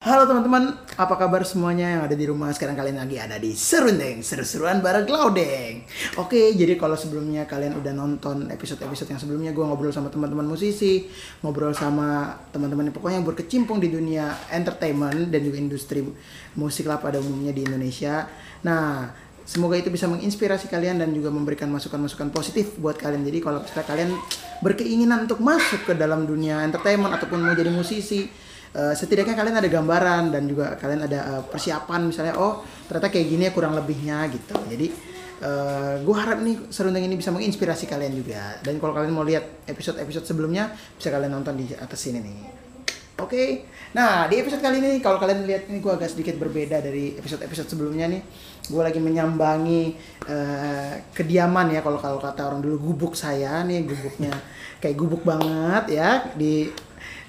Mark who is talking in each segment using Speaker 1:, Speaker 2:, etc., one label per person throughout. Speaker 1: Halo teman-teman, apa kabar semuanya yang ada di rumah? Sekarang kalian lagi ada di Serundeng, seru-seruan bareng Glaudeng. Oke, jadi kalau sebelumnya kalian udah nonton episode-episode yang sebelumnya gue ngobrol sama teman-teman musisi, ngobrol sama teman-teman yang pokoknya yang berkecimpung di dunia entertainment dan juga industri musik lah pada umumnya di Indonesia. Nah, semoga itu bisa menginspirasi kalian dan juga memberikan masukan-masukan positif buat kalian. Jadi kalau misalnya kalian berkeinginan untuk masuk ke dalam dunia entertainment ataupun mau jadi musisi, eh, setidaknya kalian ada gambaran dan juga kalian ada eh, persiapan misalnya oh ternyata kayak gini ya kurang lebihnya gitu jadi gue harap nih serundeng ini bisa menginspirasi kalian juga dan kalau kalian mau lihat episode-episode sebelumnya bisa kalian nonton di atas sini nih oke nah di episode kali ini kalau kalian lihat ini gue agak sedikit berbeda dari episode-episode sebelumnya nih gue lagi menyambangi eh, kediaman ya kalau kalau kata orang dulu gubuk saya nih gubuknya kayak gubuk banget ya di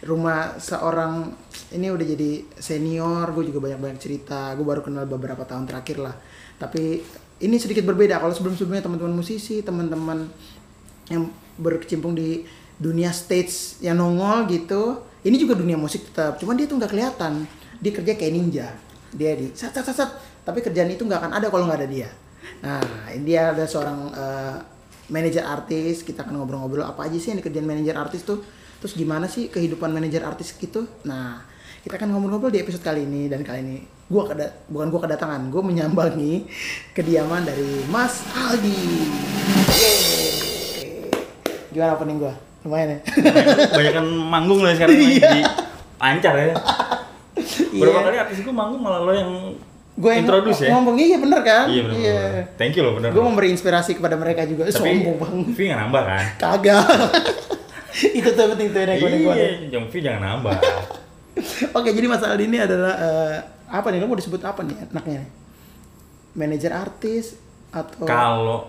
Speaker 1: rumah seorang ini udah jadi senior gue juga banyak banyak cerita gue baru kenal beberapa tahun terakhir lah tapi ini sedikit berbeda kalau sebelum sebelumnya teman-teman musisi teman-teman yang berkecimpung di dunia stage yang nongol gitu ini juga dunia musik tetap cuman dia tuh nggak kelihatan dia kerja kayak ninja dia di sat sat sat, sat. tapi kerjaan itu nggak akan ada kalau nggak ada dia nah ini dia ada seorang eh, manajer artis kita akan ngobrol-ngobrol apa aja sih yang dikerjain manajer artis tuh terus gimana sih kehidupan manajer artis gitu nah kita akan ngobrol-ngobrol di episode kali ini dan kali ini gua keda- bukan gua kedatangan gua menyambangi kediaman dari Mas Aldi Yeay. gimana opening gua lumayan ya
Speaker 2: Banyakan manggung lah sekarang main di pancar ya. Berapa
Speaker 1: Iya.
Speaker 2: kali artis gue manggung malah lo yang
Speaker 1: gua yang
Speaker 2: introduce ya.
Speaker 1: ngomong iya bener kan
Speaker 2: Iya benar.
Speaker 1: iya
Speaker 2: Thank you lo benar.
Speaker 1: gua memberi inspirasi kepada mereka juga Eh,
Speaker 2: Tapi
Speaker 1: sombong banget
Speaker 2: fee nggak nambah kan?
Speaker 1: kagak itu tuh penting tuh yang gua Oh.
Speaker 2: Iya, yang fee jangan nambah.
Speaker 1: Oke, jadi Mas Aldi ini adalah eh, apa nih? Lo mau disebut apa nih enaknya? nih? Manajer artis atau
Speaker 2: Kalau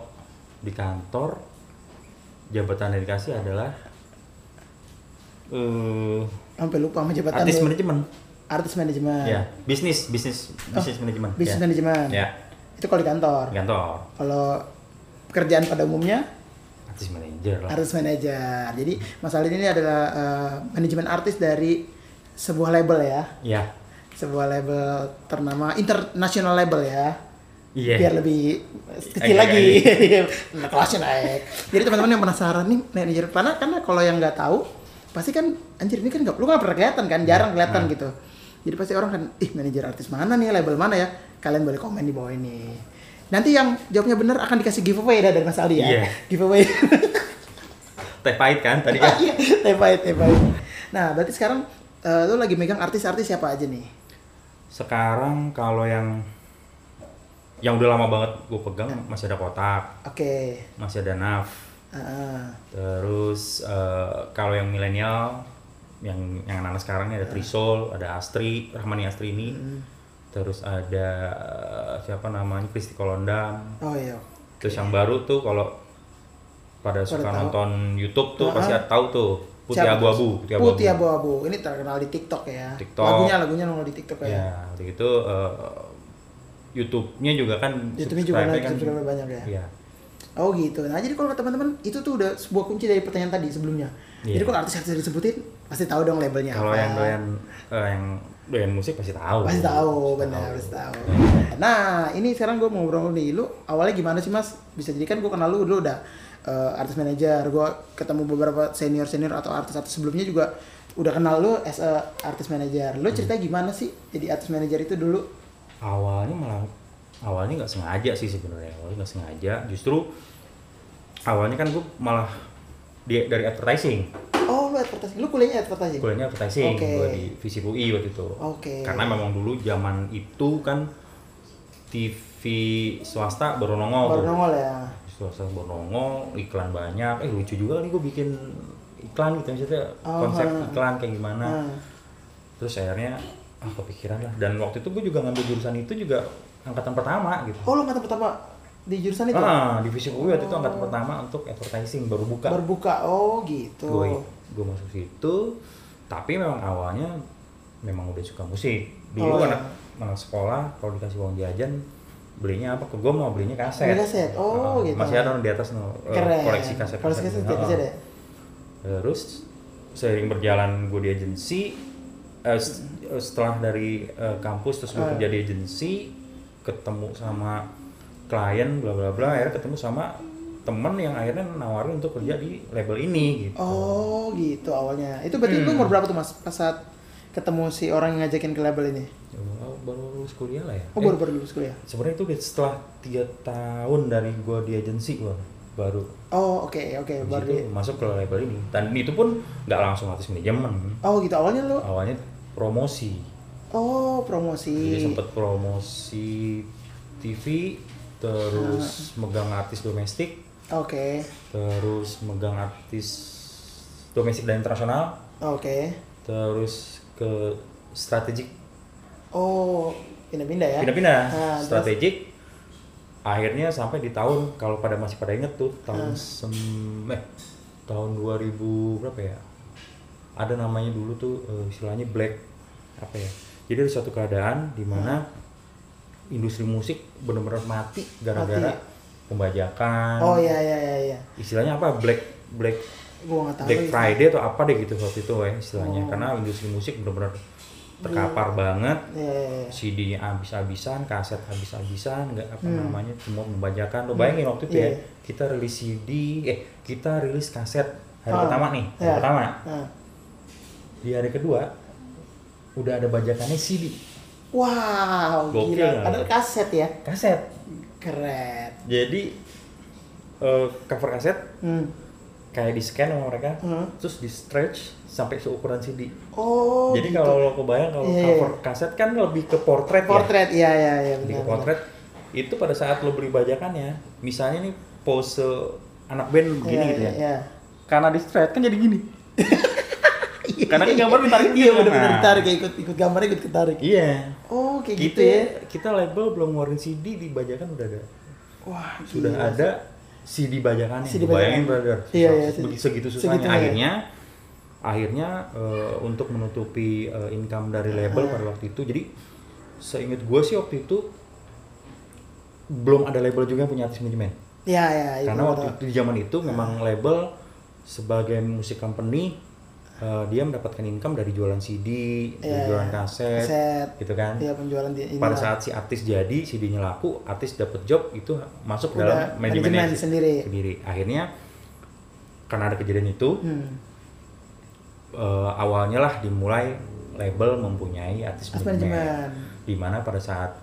Speaker 2: di kantor jabatan yang dikasih adalah eh
Speaker 1: sampai lupa sama jabatan
Speaker 2: artis
Speaker 1: lo.
Speaker 2: manajemen.
Speaker 1: artis manajemen.
Speaker 2: Ya, bisnis, bisnis, bisnis manajemen.
Speaker 1: Oh, Bisnis
Speaker 2: ya.
Speaker 1: manajemen.
Speaker 2: Ya,
Speaker 1: Itu kalau di kantor.
Speaker 2: di kantor.
Speaker 1: Kalau pekerjaan pada umumnya
Speaker 2: Artis manajer lah.
Speaker 1: artis manajer. Jadi Mas Aldi ini adalah eh, manajemen artis dari sebuah label ya.
Speaker 2: Ya.
Speaker 1: Sebuah label ternama international label ya.
Speaker 2: Iya.
Speaker 1: biar lebih kecil
Speaker 2: Agak-
Speaker 1: lagi nah, kelasnya naik jadi teman-teman yang penasaran nih manajer karena karena kalau yang nggak tahu pasti kan anjir ini kan nggak lu nggak pernah kelihatan kan jarang kelihatan
Speaker 2: Nah.
Speaker 1: gitu jadi pasti orang kan ih manajer artis mana nih label mana ya kalian boleh komen di bawah ini nanti yang jawabnya benar akan dikasih giveaway dah dari Mas Aldi ya
Speaker 2: Iya.
Speaker 1: giveaway
Speaker 2: Teh pahit kan tadi kan?
Speaker 1: Iya, tepait tepait nah berarti sekarang eh, lu lagi megang artis-artis siapa aja nih
Speaker 2: Sekarang kalau yang yang udah lama banget gue pegang masih ada kotak,
Speaker 1: oke
Speaker 2: masih ada naf.
Speaker 1: Heeh.
Speaker 2: Terus eh, kalau yang milenial, yang yang anak-anak sekarang ini
Speaker 1: Ya.
Speaker 2: ada Trisol, ada Astri, Rahmani Astri ini.
Speaker 1: Hmm.
Speaker 2: Terus ada eh, siapa namanya Kristi Kolondam.
Speaker 1: oh iya
Speaker 2: Terus yang baru tuh kalau pada suka
Speaker 1: tahu.
Speaker 2: nonton YouTube tuh
Speaker 1: Ah.
Speaker 2: pasti tahu tuh Putih
Speaker 1: Siapa tuh?
Speaker 2: Abu-abu,
Speaker 1: Putih, abu-abu. Ini terkenal di TikTok ya.
Speaker 2: TikTok.
Speaker 1: Lagunya lagunya nongol di TikTok ya.
Speaker 2: Ya, waktu itu eh, YouTube-nya juga kan
Speaker 1: YouTube-nya juga
Speaker 2: subscribe-nya
Speaker 1: banyak, subscriber banyak ya.
Speaker 2: Iya.
Speaker 1: Oh gitu. Nah jadi kalau teman-teman itu tuh udah sebuah kunci dari pertanyaan tadi sebelumnya.
Speaker 2: Iya.
Speaker 1: Jadi kalau artis-artis disebutin pasti tahu dong labelnya Ya,
Speaker 2: Kalau
Speaker 1: apa.
Speaker 2: yang doyan eh, yang doyan musik pasti tahu.
Speaker 1: Pasti tahu, benar pasti tahu. Nah ini sekarang gue mau ngobrol nih. Lu awalnya gimana sih mas? Bisa jadi kan gue kenal lu dulu udah eh, artis manajer. Gue ketemu beberapa senior senior atau artis-artis sebelumnya juga udah kenal lu as a artis manajer. Lu cerita
Speaker 2: Hmm.
Speaker 1: gimana sih jadi artis manajer itu dulu?
Speaker 2: Awalnya malah awalnya nggak sengaja sih sebenarnya. Awalnya nggak sengaja. Justru awalnya kan gue malah di, dari advertising.
Speaker 1: Oh, lu advertising. Lu kuliahnya advertising.
Speaker 2: Kuliahnya advertising
Speaker 1: Oke.
Speaker 2: gue di Visip UI waktu itu.
Speaker 1: Oke.
Speaker 2: Karena memang dulu zaman itu kan TV swasta baru nongol.
Speaker 1: Baru
Speaker 2: tuh.
Speaker 1: nongol ya.
Speaker 2: suasana bonongol iklan banyak eh lucu juga nih gue bikin iklan gitu maksudnya
Speaker 1: Oh,
Speaker 2: konsep
Speaker 1: ha.
Speaker 2: iklan kayak gimana
Speaker 1: Nah,
Speaker 2: terus akhirnya ah kepikiran lah dan waktu itu gue juga ngambil jurusan itu juga angkatan pertama gitu
Speaker 1: oh lu angkatan pertama di jurusan itu?
Speaker 2: ah divisi gue waktu itu angkatan pertama untuk advertising baru buka
Speaker 1: Berbuka. Oh, gitu.
Speaker 2: gue gue masuk situ tapi memang awalnya memang udah suka musik
Speaker 1: Oh,
Speaker 2: dulu
Speaker 1: iya.
Speaker 2: anak anak sekolah kalau dikasih uang jajan belinya apa ke gue mau belinya kaset
Speaker 1: Beli kaset. Oh,
Speaker 2: Ah,
Speaker 1: gitu.
Speaker 2: masih ada di atas no, eh,
Speaker 1: Keren.
Speaker 2: koleksi gitu. kaset Ah.
Speaker 1: Koleksi kaset, kaset, kaset ya?
Speaker 2: terus sering berjalan gue di agensi eh, s- eh, setelah dari eh, kampus terus gue kerja di agensi ketemu sama klien bla bla bla akhirnya ketemu sama temen yang akhirnya nawarin untuk kerja di label ini gitu
Speaker 1: Oh gitu awalnya. Itu berarti
Speaker 2: Hmm.
Speaker 1: lu umur berapa tuh mas? Pas saat ketemu si orang yang ngajakin ke label ini?
Speaker 2: Ya, baru- baru lulus kuliah lah ya
Speaker 1: Oh
Speaker 2: Eh,
Speaker 1: baru baru lulus kuliah.
Speaker 2: sebenarnya itu udah setelah tiga tahun dari gue di agensi gue baru
Speaker 1: Oh oke oke
Speaker 2: habis
Speaker 1: baru.
Speaker 2: itu
Speaker 1: di-
Speaker 2: masuk ke label ini dan itu pun nggak langsung artis manajemen
Speaker 1: Oh gitu awalnya lu.
Speaker 2: awalnya promosi
Speaker 1: Oh
Speaker 2: jadi
Speaker 1: promosi.
Speaker 2: sempet promosi TV terus
Speaker 1: Ah.
Speaker 2: megang artis domestik
Speaker 1: Oke
Speaker 2: terus megang artis domestik dan internasional
Speaker 1: oke.
Speaker 2: terus ke strategik
Speaker 1: Oh pindah-pindah ya?
Speaker 2: pindah-pindah
Speaker 1: Ah, terus-
Speaker 2: strategik akhirnya sampai di tahun kalau pada masih pada inget tuh
Speaker 1: Ah.
Speaker 2: tahun sem eh, tahun 2000 berapa ya ada namanya dulu tuh eh, istilahnya black apa ya jadi ada suatu keadaan di
Speaker 1: Ah.
Speaker 2: mana industri musik benar-benar mati gara-gara pembajakan
Speaker 1: Oh iya iya iya. iya.
Speaker 2: istilahnya apa black black
Speaker 1: Gua nggak tahu.
Speaker 2: black
Speaker 1: ya.
Speaker 2: friday atau apa deh gitu waktu itu ya
Speaker 1: Oh.
Speaker 2: istilahnya karena industri musik benar-benar terkapar banget
Speaker 1: Iya, iya, iya.
Speaker 2: CD-nya habis-habisan, kaset habis-habisan, nggak apa namanya, semua membajakan. Lo bayangin waktu itu
Speaker 1: Hmm. Iya.
Speaker 2: ya, kita rilis CD, eh kita rilis kaset hari
Speaker 1: Ah.
Speaker 2: pertama nih, hari
Speaker 1: Iya.
Speaker 2: pertama.
Speaker 1: Nah.
Speaker 2: Di hari kedua udah ada bajakannya CD,
Speaker 1: Wow,
Speaker 2: Gokil
Speaker 1: gila.
Speaker 2: nggak?
Speaker 1: Padahal kaset ya.
Speaker 2: kaset.
Speaker 1: Keren.
Speaker 2: Jadi eh, cover kaset
Speaker 1: Hmm.
Speaker 2: kayak di scan sama mereka,
Speaker 1: Hmm.
Speaker 2: terus di stretch sampai seukuran CD.
Speaker 1: Oh.
Speaker 2: Jadi
Speaker 1: gitu.
Speaker 2: kalau lo kebayang kalau
Speaker 1: Iya, iya.
Speaker 2: cover kaset kan lebih ke portrait, ya.
Speaker 1: portret, iya iya iya
Speaker 2: di
Speaker 1: benar.
Speaker 2: potret itu pada saat lo beli bajakannya misalnya nih pose anak band begini gitu ya
Speaker 1: Iya.
Speaker 2: karena di straight kan jadi gini karena kan gambar ditarik
Speaker 1: Iya
Speaker 2: gitu,
Speaker 1: benar-benar
Speaker 2: nah.
Speaker 1: ditarik ya, ikut ikut gambarnya ikut ketarik.
Speaker 2: iya
Speaker 1: Oh kayak gitu,
Speaker 2: gitu
Speaker 1: ya.
Speaker 2: kita label belum ngeluarin CD di bajakan udah ada
Speaker 1: Wah,
Speaker 2: sudah
Speaker 1: gila.
Speaker 2: ada CD bajakannya
Speaker 1: CD bajakan.
Speaker 2: bayangin brother susah,
Speaker 1: Iya, iya,
Speaker 2: sebe-
Speaker 1: sedi-
Speaker 2: segitu susahnya
Speaker 1: segitunya.
Speaker 2: akhirnya akhirnya eh, untuk menutupi eh, income dari label pada waktu itu jadi seingat gue sih waktu itu belum ada label juga yang punya artis manajemen
Speaker 1: Iya iya iya.
Speaker 2: karena
Speaker 1: gua
Speaker 2: waktu
Speaker 1: tahu.
Speaker 2: itu di zaman itu memang label sebagai musik company eh, dia mendapatkan income dari jualan CD, dari
Speaker 1: Iya,
Speaker 2: jualan
Speaker 1: iya.
Speaker 2: kaset,
Speaker 1: Kaset.
Speaker 2: gitu kan.
Speaker 1: Iya penjualan di ini.
Speaker 2: Pada
Speaker 1: lah.
Speaker 2: saat si artis jadi, CD-nya laku, artis dapat job itu masuk ke
Speaker 1: Udah,
Speaker 2: dalam manajemennya
Speaker 1: manajemen sendiri.
Speaker 2: sendiri. Akhirnya karena ada kejadian itu,
Speaker 1: hmm.
Speaker 2: eh, awalnya lah dimulai label mempunyai artis
Speaker 1: Artis
Speaker 2: manajemen.
Speaker 1: manajemen.
Speaker 2: Di mana pada saat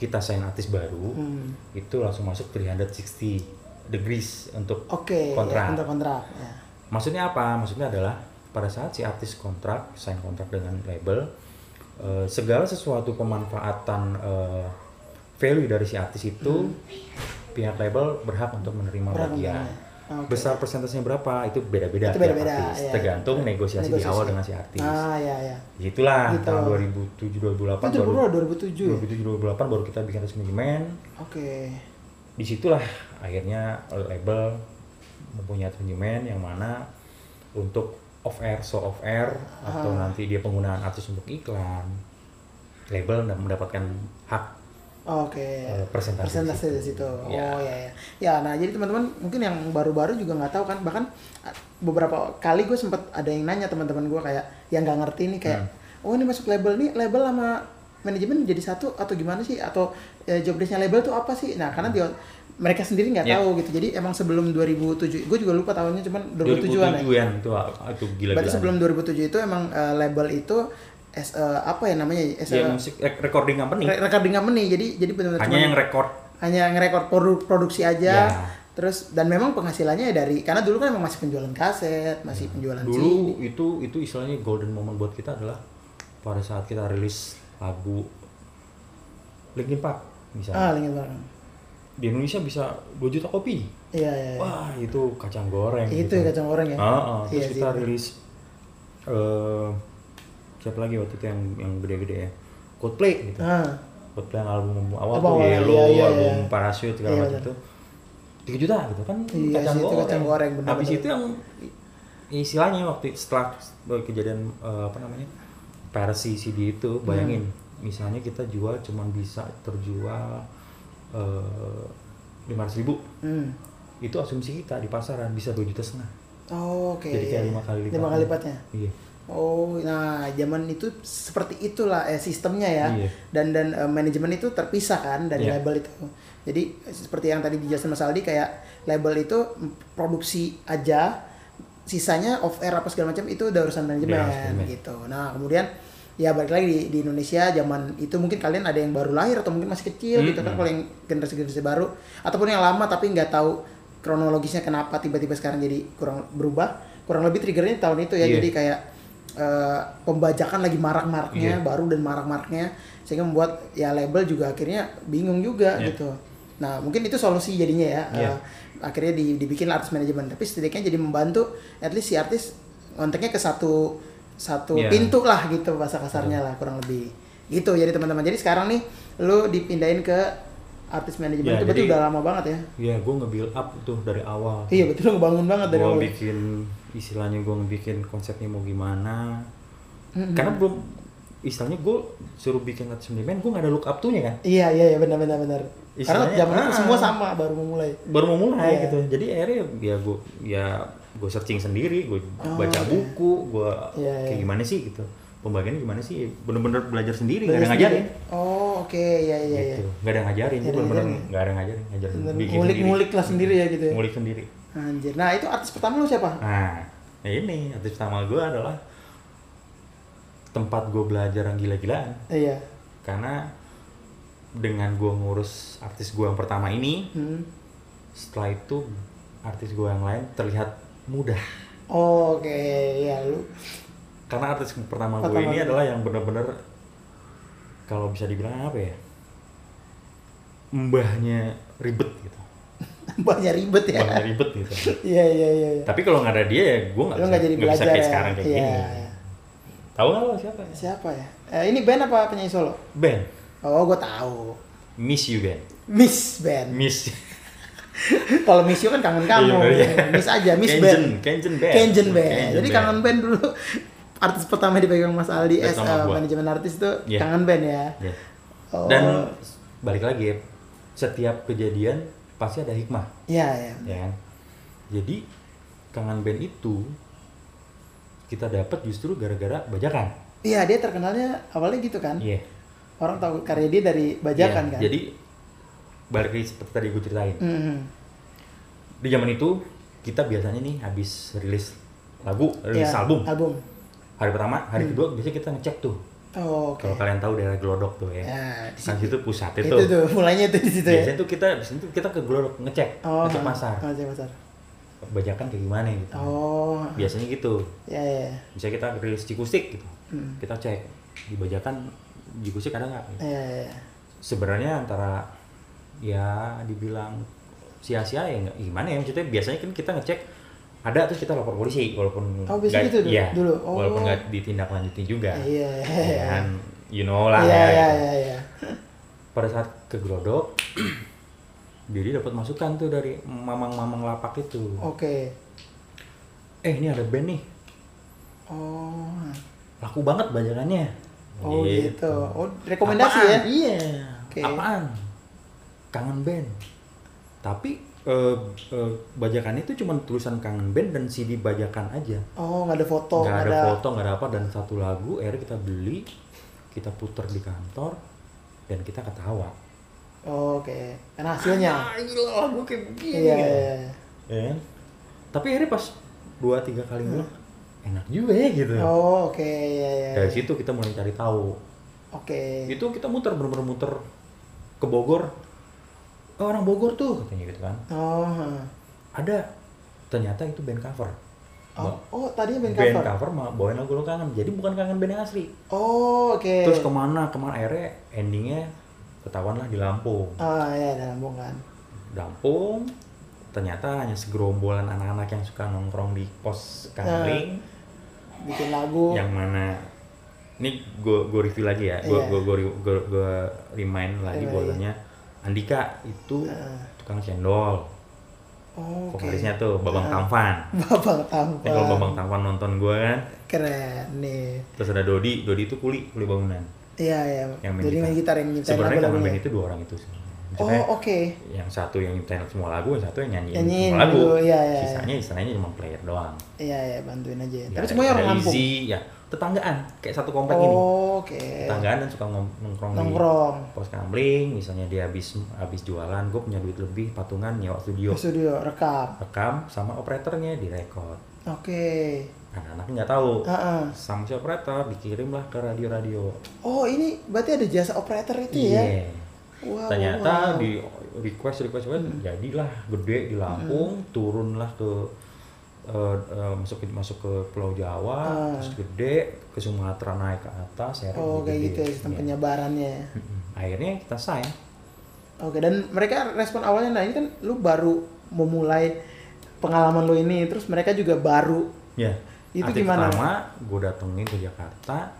Speaker 2: kita sign artis baru,
Speaker 1: Hmm.
Speaker 2: itu langsung masuk 360 degrees untuk
Speaker 1: Oke,
Speaker 2: kontrak.
Speaker 1: ya, kontrak kontrak. Ya.
Speaker 2: Maksudnya apa? Maksudnya adalah pada saat si artis kontrak, sign kontrak dengan label, eh, segala sesuatu pemanfaatan eh, value dari si artis itu pihak label berhak untuk menerima
Speaker 1: Hmm. Berhak
Speaker 2: bagian.
Speaker 1: menerima. Oke.
Speaker 2: Besar persentasenya berapa itu beda-beda
Speaker 1: Itu
Speaker 2: tiap
Speaker 1: beda-beda,
Speaker 2: artis,
Speaker 1: iya.
Speaker 2: tergantung negosiasi, di
Speaker 1: Negosiasi.
Speaker 2: awal dengan si artis.
Speaker 1: Ah iya iya.
Speaker 2: Itulah
Speaker 1: Gitu.
Speaker 2: tahun 2007 2008
Speaker 1: Itu
Speaker 2: baru
Speaker 1: berapa? 2007 ya?
Speaker 2: 2007 2008 baru kita bikin resmi manajemen.
Speaker 1: Oke.
Speaker 2: disitulah akhirnya label mempunyai manajemen yang mana untuk off air so off air
Speaker 1: Ah.
Speaker 2: atau nanti dia penggunaan artis untuk iklan label dan mendapatkan hak
Speaker 1: Oh, Oke.
Speaker 2: Eh, persentase di
Speaker 1: Persentase
Speaker 2: situ.
Speaker 1: di situ.
Speaker 2: Ya.
Speaker 1: Oh ya ya. Ya, nah jadi teman-teman mungkin yang baru-baru juga nggak tahu kan bahkan ah, beberapa kali gue sempet ada yang nanya teman-teman gue kayak yang nggak ngerti nih kayak
Speaker 2: Hmm.
Speaker 1: oh ini masuk label nih label sama manajemen jadi satu atau gimana sih atau eh, job desk-nya label tuh apa sih? Nah, karena dia mereka sendiri nggak
Speaker 2: Ya.
Speaker 1: tahu gitu. Jadi emang sebelum 2007, gue juga lupa tahunnya cuman 2007-an ya.
Speaker 2: 2007-an itu ah, itu gila
Speaker 1: Berarti
Speaker 2: gila
Speaker 1: sebelum 2007 itu emang eh, label itu as a- apa ya namanya? As
Speaker 2: ya
Speaker 1: a-
Speaker 2: musik rek- recording company
Speaker 1: re- recording company. Jadi jadi benar-benar
Speaker 2: hanya
Speaker 1: cuman-
Speaker 2: yang record
Speaker 1: hanya ngerekord produ- produksi aja
Speaker 2: Ya.
Speaker 1: terus dan memang penghasilannya ya dari karena dulu kan emang masih penjualan kaset masih penjualan CD.
Speaker 2: Ya. dulu itu itu istilahnya golden moment buat kita adalah pada saat kita rilis lagu Linkin Park misalnya
Speaker 1: ah ingat banget
Speaker 2: di Indonesia bisa 2 juta kopi
Speaker 1: iya iya iya.
Speaker 2: wah itu kacang goreng
Speaker 1: itu
Speaker 2: gitu.
Speaker 1: ya kacang orang ya
Speaker 2: Ah, ah. terus
Speaker 1: iya sih
Speaker 2: kita rilis eh siapa lagi waktu itu yang yang gede-gede ya Coldplay gitu
Speaker 1: ah
Speaker 2: Coldplay yang album awal
Speaker 1: Apa
Speaker 2: tuh
Speaker 1: awal,
Speaker 2: Yellow
Speaker 1: iya, iya,
Speaker 2: album
Speaker 1: iya.
Speaker 2: Parachute segala
Speaker 1: Iya,
Speaker 2: macam
Speaker 1: benar.
Speaker 2: itu tiga juta gitu kan
Speaker 1: Iya
Speaker 2: kacang,
Speaker 1: sih, itu
Speaker 2: goreng.
Speaker 1: kacang goreng, benar,
Speaker 2: habis
Speaker 1: benar.
Speaker 2: itu yang istilahnya waktu setelah kejadian eh, apa namanya versi CD itu
Speaker 1: Hmm.
Speaker 2: bayangin misalnya kita jual cuma bisa terjual eh, lima ratus ribu
Speaker 1: hmm.
Speaker 2: itu asumsi kita di pasaran bisa dua juta setengah
Speaker 1: oh, oke
Speaker 2: jadi kayak lima kali lipat
Speaker 1: lima kali lipatnya
Speaker 2: iya
Speaker 1: Oh, nah zaman itu seperti itulah eh, sistemnya ya.
Speaker 2: Iya.
Speaker 1: Dan dan eh, manajemen itu terpisah kan dari
Speaker 2: Iya.
Speaker 1: label itu. Jadi seperti yang tadi dijelasin Mas Aldi kayak label itu mm, produksi aja, sisanya off air apa segala macam itu udah urusan manajemen
Speaker 2: Iya, manajemen.
Speaker 1: gitu. Nah kemudian ya balik lagi di, di Indonesia zaman itu mungkin kalian ada yang baru lahir atau mungkin masih kecil gitu kan
Speaker 2: Mm-mm.
Speaker 1: kalau yang generasi-generasi baru ataupun yang lama tapi nggak tahu kronologisnya kenapa tiba-tiba sekarang jadi kurang berubah kurang lebih triggernya tahun itu ya
Speaker 2: Iya.
Speaker 1: jadi kayak eh, pembajakan lagi
Speaker 2: Iya.
Speaker 1: marak-maraknya baru dan marak-maraknya sehingga membuat ya label juga akhirnya bingung juga
Speaker 2: Iya.
Speaker 1: gitu nah mungkin itu solusi jadinya ya
Speaker 2: Iya.
Speaker 1: eh, akhirnya di- dibikin artis manajemen tapi setidaknya jadi membantu at least si artis kontaknya ke satu satu
Speaker 2: Iya.
Speaker 1: pintu lah gitu bahasa kasarnya lah kurang lebih gitu jadi teman-teman jadi sekarang nih lu dipindahin ke artis manajemen
Speaker 2: Ya,
Speaker 1: itu berarti
Speaker 2: jadi-
Speaker 1: udah lama banget ya
Speaker 2: Iya, gue nge-build up tuh dari awal.
Speaker 1: iya betul lu ngebangun banget dari
Speaker 2: gue
Speaker 1: awal
Speaker 2: bikin istilahnya gue bikin konsepnya mau gimana karena belum istilahnya gue suruh bikin atas manajemen gue nggak ada look up to nya kan
Speaker 1: iya iya iya benar benar benar karena
Speaker 2: Istilahnya,
Speaker 1: zaman itu
Speaker 2: ah.
Speaker 1: semua sama baru memulai
Speaker 2: baru mau mulai
Speaker 1: Iya.
Speaker 2: gitu jadi akhirnya ya gue ya gue searching sendiri gue
Speaker 1: Oh,
Speaker 2: baca
Speaker 1: iya.
Speaker 2: buku gue
Speaker 1: Iya,
Speaker 2: kayak
Speaker 1: iya.
Speaker 2: gimana sih gitu pembagiannya gimana sih bener-bener belajar sendiri nggak
Speaker 1: Belajar
Speaker 2: ada ngajarin
Speaker 1: sendiri. oh oke iya iya iya
Speaker 2: gitu nggak ada ngajarin
Speaker 1: Nggak
Speaker 2: gue
Speaker 1: ada
Speaker 2: bener-bener
Speaker 1: ngajarin.
Speaker 2: nggak ada ngajarin ngajarin
Speaker 1: Bener,
Speaker 2: bikin sendiri. Iya.
Speaker 1: ngulik-ngulik lah sendiri ya gitu ya
Speaker 2: ngulik sendiri
Speaker 1: anjir nah itu artis pertama lu siapa
Speaker 2: Nah, ya ini artis pertama gue adalah tempat gue belajar yang gila-gilaan.
Speaker 1: iya
Speaker 2: Karena dengan gue ngurus artis gue yang pertama ini,
Speaker 1: hmm.
Speaker 2: setelah itu artis gue yang lain terlihat mudah.
Speaker 1: Oh, oke iya lu
Speaker 2: Karena artis pertama gue
Speaker 1: Pertama
Speaker 2: ini
Speaker 1: lu.
Speaker 2: adalah yang bener-bener kalau bisa dibilang apa ya, mbahnya ribet gitu,
Speaker 1: banyak ribet ya
Speaker 2: mbahnya ribet gitu.
Speaker 1: iya iya iya iya.
Speaker 2: Tapi kalau nggak ada dia ya gue nggak
Speaker 1: lu
Speaker 2: bisa,
Speaker 1: nggak jadi
Speaker 2: nggak bisa
Speaker 1: belajar
Speaker 2: kayak
Speaker 1: ya.
Speaker 2: sekarang kayak
Speaker 1: Iya,
Speaker 2: gini.
Speaker 1: iya.
Speaker 2: Tahu nggak lo siapa?
Speaker 1: siapa ya Eh, ini band apa penyanyi solo
Speaker 2: Ben,
Speaker 1: oh gue tahu
Speaker 2: miss you Ben.
Speaker 1: Miss Band.
Speaker 2: Miss
Speaker 1: Kalau Miss You kan kangen kamu.
Speaker 2: Iya, iya.
Speaker 1: Miss aja, Miss
Speaker 2: Kenjen,
Speaker 1: Band.
Speaker 2: Kenjen Band.
Speaker 1: Kenjen Band.
Speaker 2: Kenjen
Speaker 1: Jadi
Speaker 2: Band.
Speaker 1: kangen band dulu. Artis pertama yang dipegang Mas Aldi as
Speaker 2: Pertama
Speaker 1: uh,
Speaker 2: gua.
Speaker 1: manajemen artis tuh
Speaker 2: Iya.
Speaker 1: kangen band ya.
Speaker 2: Ya.
Speaker 1: Oh.
Speaker 2: Dan balik lagi ya, setiap kejadian pasti ada hikmah,
Speaker 1: Iya, iya.
Speaker 2: ya kan? Jadi kangen band itu kita dapat justru gara-gara bajakan.
Speaker 1: Iya, dia terkenalnya awalnya gitu kan.
Speaker 2: Iya.
Speaker 1: Orang tahu karya dia dari bajakan
Speaker 2: Iya,
Speaker 1: kan.
Speaker 2: Jadi balik lagi seperti tadi gue ceritain.
Speaker 1: Mhm.
Speaker 2: Di zaman itu kita biasanya nih habis rilis lagu, rilis
Speaker 1: Iya,
Speaker 2: album.
Speaker 1: Album.
Speaker 2: Hari pertama, hari kedua biasanya kita ngecek tuh.
Speaker 1: Oh, oke.
Speaker 2: Kalau kalian tahu daerah Glodok tuh ya.
Speaker 1: Ya, di
Speaker 2: Kan
Speaker 1: situ.
Speaker 2: situ pusat
Speaker 1: Itu,
Speaker 2: itu.
Speaker 1: tuh, mulainya itu di situ ya.
Speaker 2: Biasanya tuh kita di situ kita ke Glodok ngecek,
Speaker 1: Oh,
Speaker 2: ngecek pasar. Iya.
Speaker 1: Oh, ngecek pasar.
Speaker 2: Bajakan kayak gimana gitu.
Speaker 1: Oh.
Speaker 2: Biasanya gitu.
Speaker 1: Iya, iya. iya.
Speaker 2: Misalnya kita rilis Cikusik gitu.
Speaker 1: Hmm.
Speaker 2: Kita cek di bajakan Cikusik ada nggak?
Speaker 1: Iya, iya, iya.
Speaker 2: Sebenarnya antara ya dibilang sia-sia ya nggak gimana ya maksudnya biasanya kan kita ngecek ada terus kita lapor polisi walaupun
Speaker 1: Oh, biasanya
Speaker 2: nggak-
Speaker 1: gitu dulu-
Speaker 2: iya,
Speaker 1: dulu. Oh.
Speaker 2: walaupun nggak ditindaklanjuti juga
Speaker 1: Iya, iya,
Speaker 2: Ya
Speaker 1: iya.
Speaker 2: kan you know lah
Speaker 1: Iya,
Speaker 2: ya,
Speaker 1: iya,
Speaker 2: gitu.
Speaker 1: iya, iya.
Speaker 2: pada saat ke Glodok Didi dapat masukan tuh dari mamang-mamang lapak itu
Speaker 1: Oke.
Speaker 2: eh ini ada band nih
Speaker 1: Oh.
Speaker 2: laku banget bajakannya
Speaker 1: Oh gitu. Oh rekomendasi
Speaker 2: Apaan?
Speaker 1: ya.
Speaker 2: iya
Speaker 1: Oke.
Speaker 2: apaan kangen band tapi eh, eh, bajakannya itu cuma tulisan kangen band dan CD bajakan aja
Speaker 1: Oh nggak ada foto,
Speaker 2: nggak ada, foto nggak ada apa dan satu lagu akhirnya kita beli kita puter di kantor dan kita ketawa
Speaker 1: Oh, Oke. Karena hasilnya.
Speaker 2: ah gila lagu kayak begini
Speaker 1: Iya.
Speaker 2: gitu.
Speaker 1: iya, iya. Hmm.
Speaker 2: Ya kan? tapi akhirnya pas dua tiga kali ngulang enak juga ya gitu
Speaker 1: Oh oke iya iya.
Speaker 2: dari situ kita mulai cari tahu
Speaker 1: Oke.
Speaker 2: itu kita muter bener-bener muter ke Bogor oh, orang Bogor tuh katanya gitu kan
Speaker 1: Oh. ha.
Speaker 2: ada ternyata itu band cover
Speaker 1: Oh,
Speaker 2: Ba-
Speaker 1: oh tadinya
Speaker 2: band
Speaker 1: band
Speaker 2: cover,
Speaker 1: cover.
Speaker 2: mah bawain lagu lo kangen jadi bukan kangen band yang asli
Speaker 1: Oh oke.
Speaker 2: terus kemana kemana akhirnya endingnya ketahuan lah di Lampung
Speaker 1: Ah iya ada lambung kan.
Speaker 2: Lampung ternyata hanya segerombolan anak-anak yang suka nongkrong di pos kamling
Speaker 1: Nah. Bikin lagu.
Speaker 2: yang mana ini gue gue review lagi ya gue
Speaker 1: Iya.
Speaker 2: gue gue gue remind lagi
Speaker 1: Remind.
Speaker 2: bahwasannya Andika itu
Speaker 1: Heeh.
Speaker 2: tukang cendol
Speaker 1: Ah. Oh, Iya. oke. Iya.
Speaker 2: vokalisnya tuh Babang Tampan
Speaker 1: Babang
Speaker 2: ya kalau Babang
Speaker 1: tampan.
Speaker 2: Tampan nonton gue kan
Speaker 1: Keren nih.
Speaker 2: terus ada Dodi Dodi itu kuli kuli bangunan
Speaker 1: Iya iya.
Speaker 2: yang main
Speaker 1: Jadi main gitar yang nyiptain
Speaker 2: sebenarnya kangen
Speaker 1: lagu-lagunya.
Speaker 2: band itu dua orang itu sebenarnya. Maksudnya,
Speaker 1: Oh oke.
Speaker 2: yang satu yang nyiptain semua lagu yang satu yang nyanyiin,
Speaker 1: Nyanyiin
Speaker 2: semua lagu
Speaker 1: dulu, iya, iya,
Speaker 2: sisanya istilahnya cuma player doang
Speaker 1: Iya iya bantuin aja.
Speaker 2: Ya,
Speaker 1: Tapi
Speaker 2: ada-
Speaker 1: semuanya orang
Speaker 2: ada
Speaker 1: Lampung.
Speaker 2: Izzy, ya tetanggaan kayak satu komplek ini
Speaker 1: Oh, Oke.
Speaker 2: tetanggaan dan suka ngom- nongkrong,
Speaker 1: Nongkrong.
Speaker 2: di pos kamling misalnya dia habis habis jualan gue punya duit lebih patungan nyewa studio
Speaker 1: Di studio rekam.
Speaker 2: rekam sama operatornya direkod
Speaker 1: Oke. Ah,
Speaker 2: anak-anak nggak tahu
Speaker 1: Heeh.
Speaker 2: sama si operator dikirimlah ke radio-radio
Speaker 1: Oh, ini berarti ada jasa operator itu ya?
Speaker 2: iya
Speaker 1: Wow. wow.
Speaker 2: ternyata
Speaker 1: Hmm.
Speaker 2: di request request request, jadilah gede di Lampung turunlah ke eh, eh, masuk ke- masuk ke Pulau Jawa
Speaker 1: Ah.
Speaker 2: terus gede ke Sumatera naik ke atas ya
Speaker 1: Oh, kayak gitu ya sistem penyebarannya.
Speaker 2: akhirnya kita sign
Speaker 1: Oke, dan mereka respon awalnya nah ini kan lu baru memulai pengalaman lu ini, terus mereka juga baru.
Speaker 2: ya
Speaker 1: Itu
Speaker 2: Arti
Speaker 1: gimana?
Speaker 2: pertama gue datengin ke Jakarta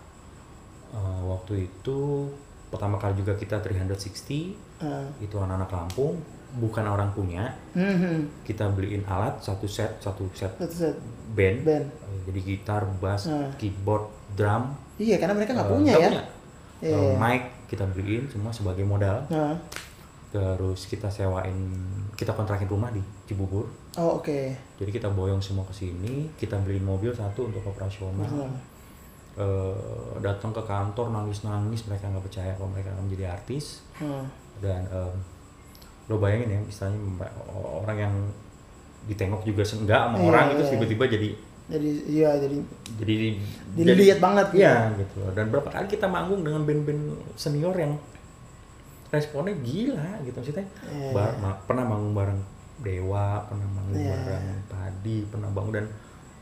Speaker 2: eh, waktu itu pertama kali juga kita 360
Speaker 1: Eh,
Speaker 2: itu anak-anak Lampung bukan orang punya
Speaker 1: hmm, hmm.
Speaker 2: kita beliin alat satu set satu set
Speaker 1: Satu set
Speaker 2: band
Speaker 1: band.
Speaker 2: Eh, jadi gitar, bass,
Speaker 1: Hmm.
Speaker 2: keyboard, drum.
Speaker 1: Iya, karena mereka nggak
Speaker 2: eh,
Speaker 1: punya
Speaker 2: nggak
Speaker 1: ya.
Speaker 2: punya.
Speaker 1: Iya.
Speaker 2: Eh, mic kita beliin semua sebagai modal.
Speaker 1: Nah.
Speaker 2: Terus kita sewain, kita kontrakin rumah di Cibubur.
Speaker 1: Oh, oke.
Speaker 2: Jadi kita boyong semua ke sini, kita beliin mobil satu untuk operasional.
Speaker 1: Hmm.
Speaker 2: Eh, datang ke kantor nangis-nangis mereka nggak percaya kalau mereka akan menjadi artis
Speaker 1: Hmm.
Speaker 2: dan em, lo bayangin ya misalnya mbak- orang yang ditengok juga se- enggak sama
Speaker 1: Iya,
Speaker 2: orang itu
Speaker 1: iya.
Speaker 2: tiba-tiba jadi
Speaker 1: Jadi iya, jadi
Speaker 2: jadi
Speaker 1: dilihat
Speaker 2: jadi-
Speaker 1: banget
Speaker 2: Iya gitu loh. Dan berapa kali kita manggung dengan band-band senior yang responnya gila gitu maksudnya.
Speaker 1: Iya.
Speaker 2: Bar- ma- pernah manggung bareng Dewa, pernah manggung
Speaker 1: Iya.
Speaker 2: bareng Padi, pernah bangun dan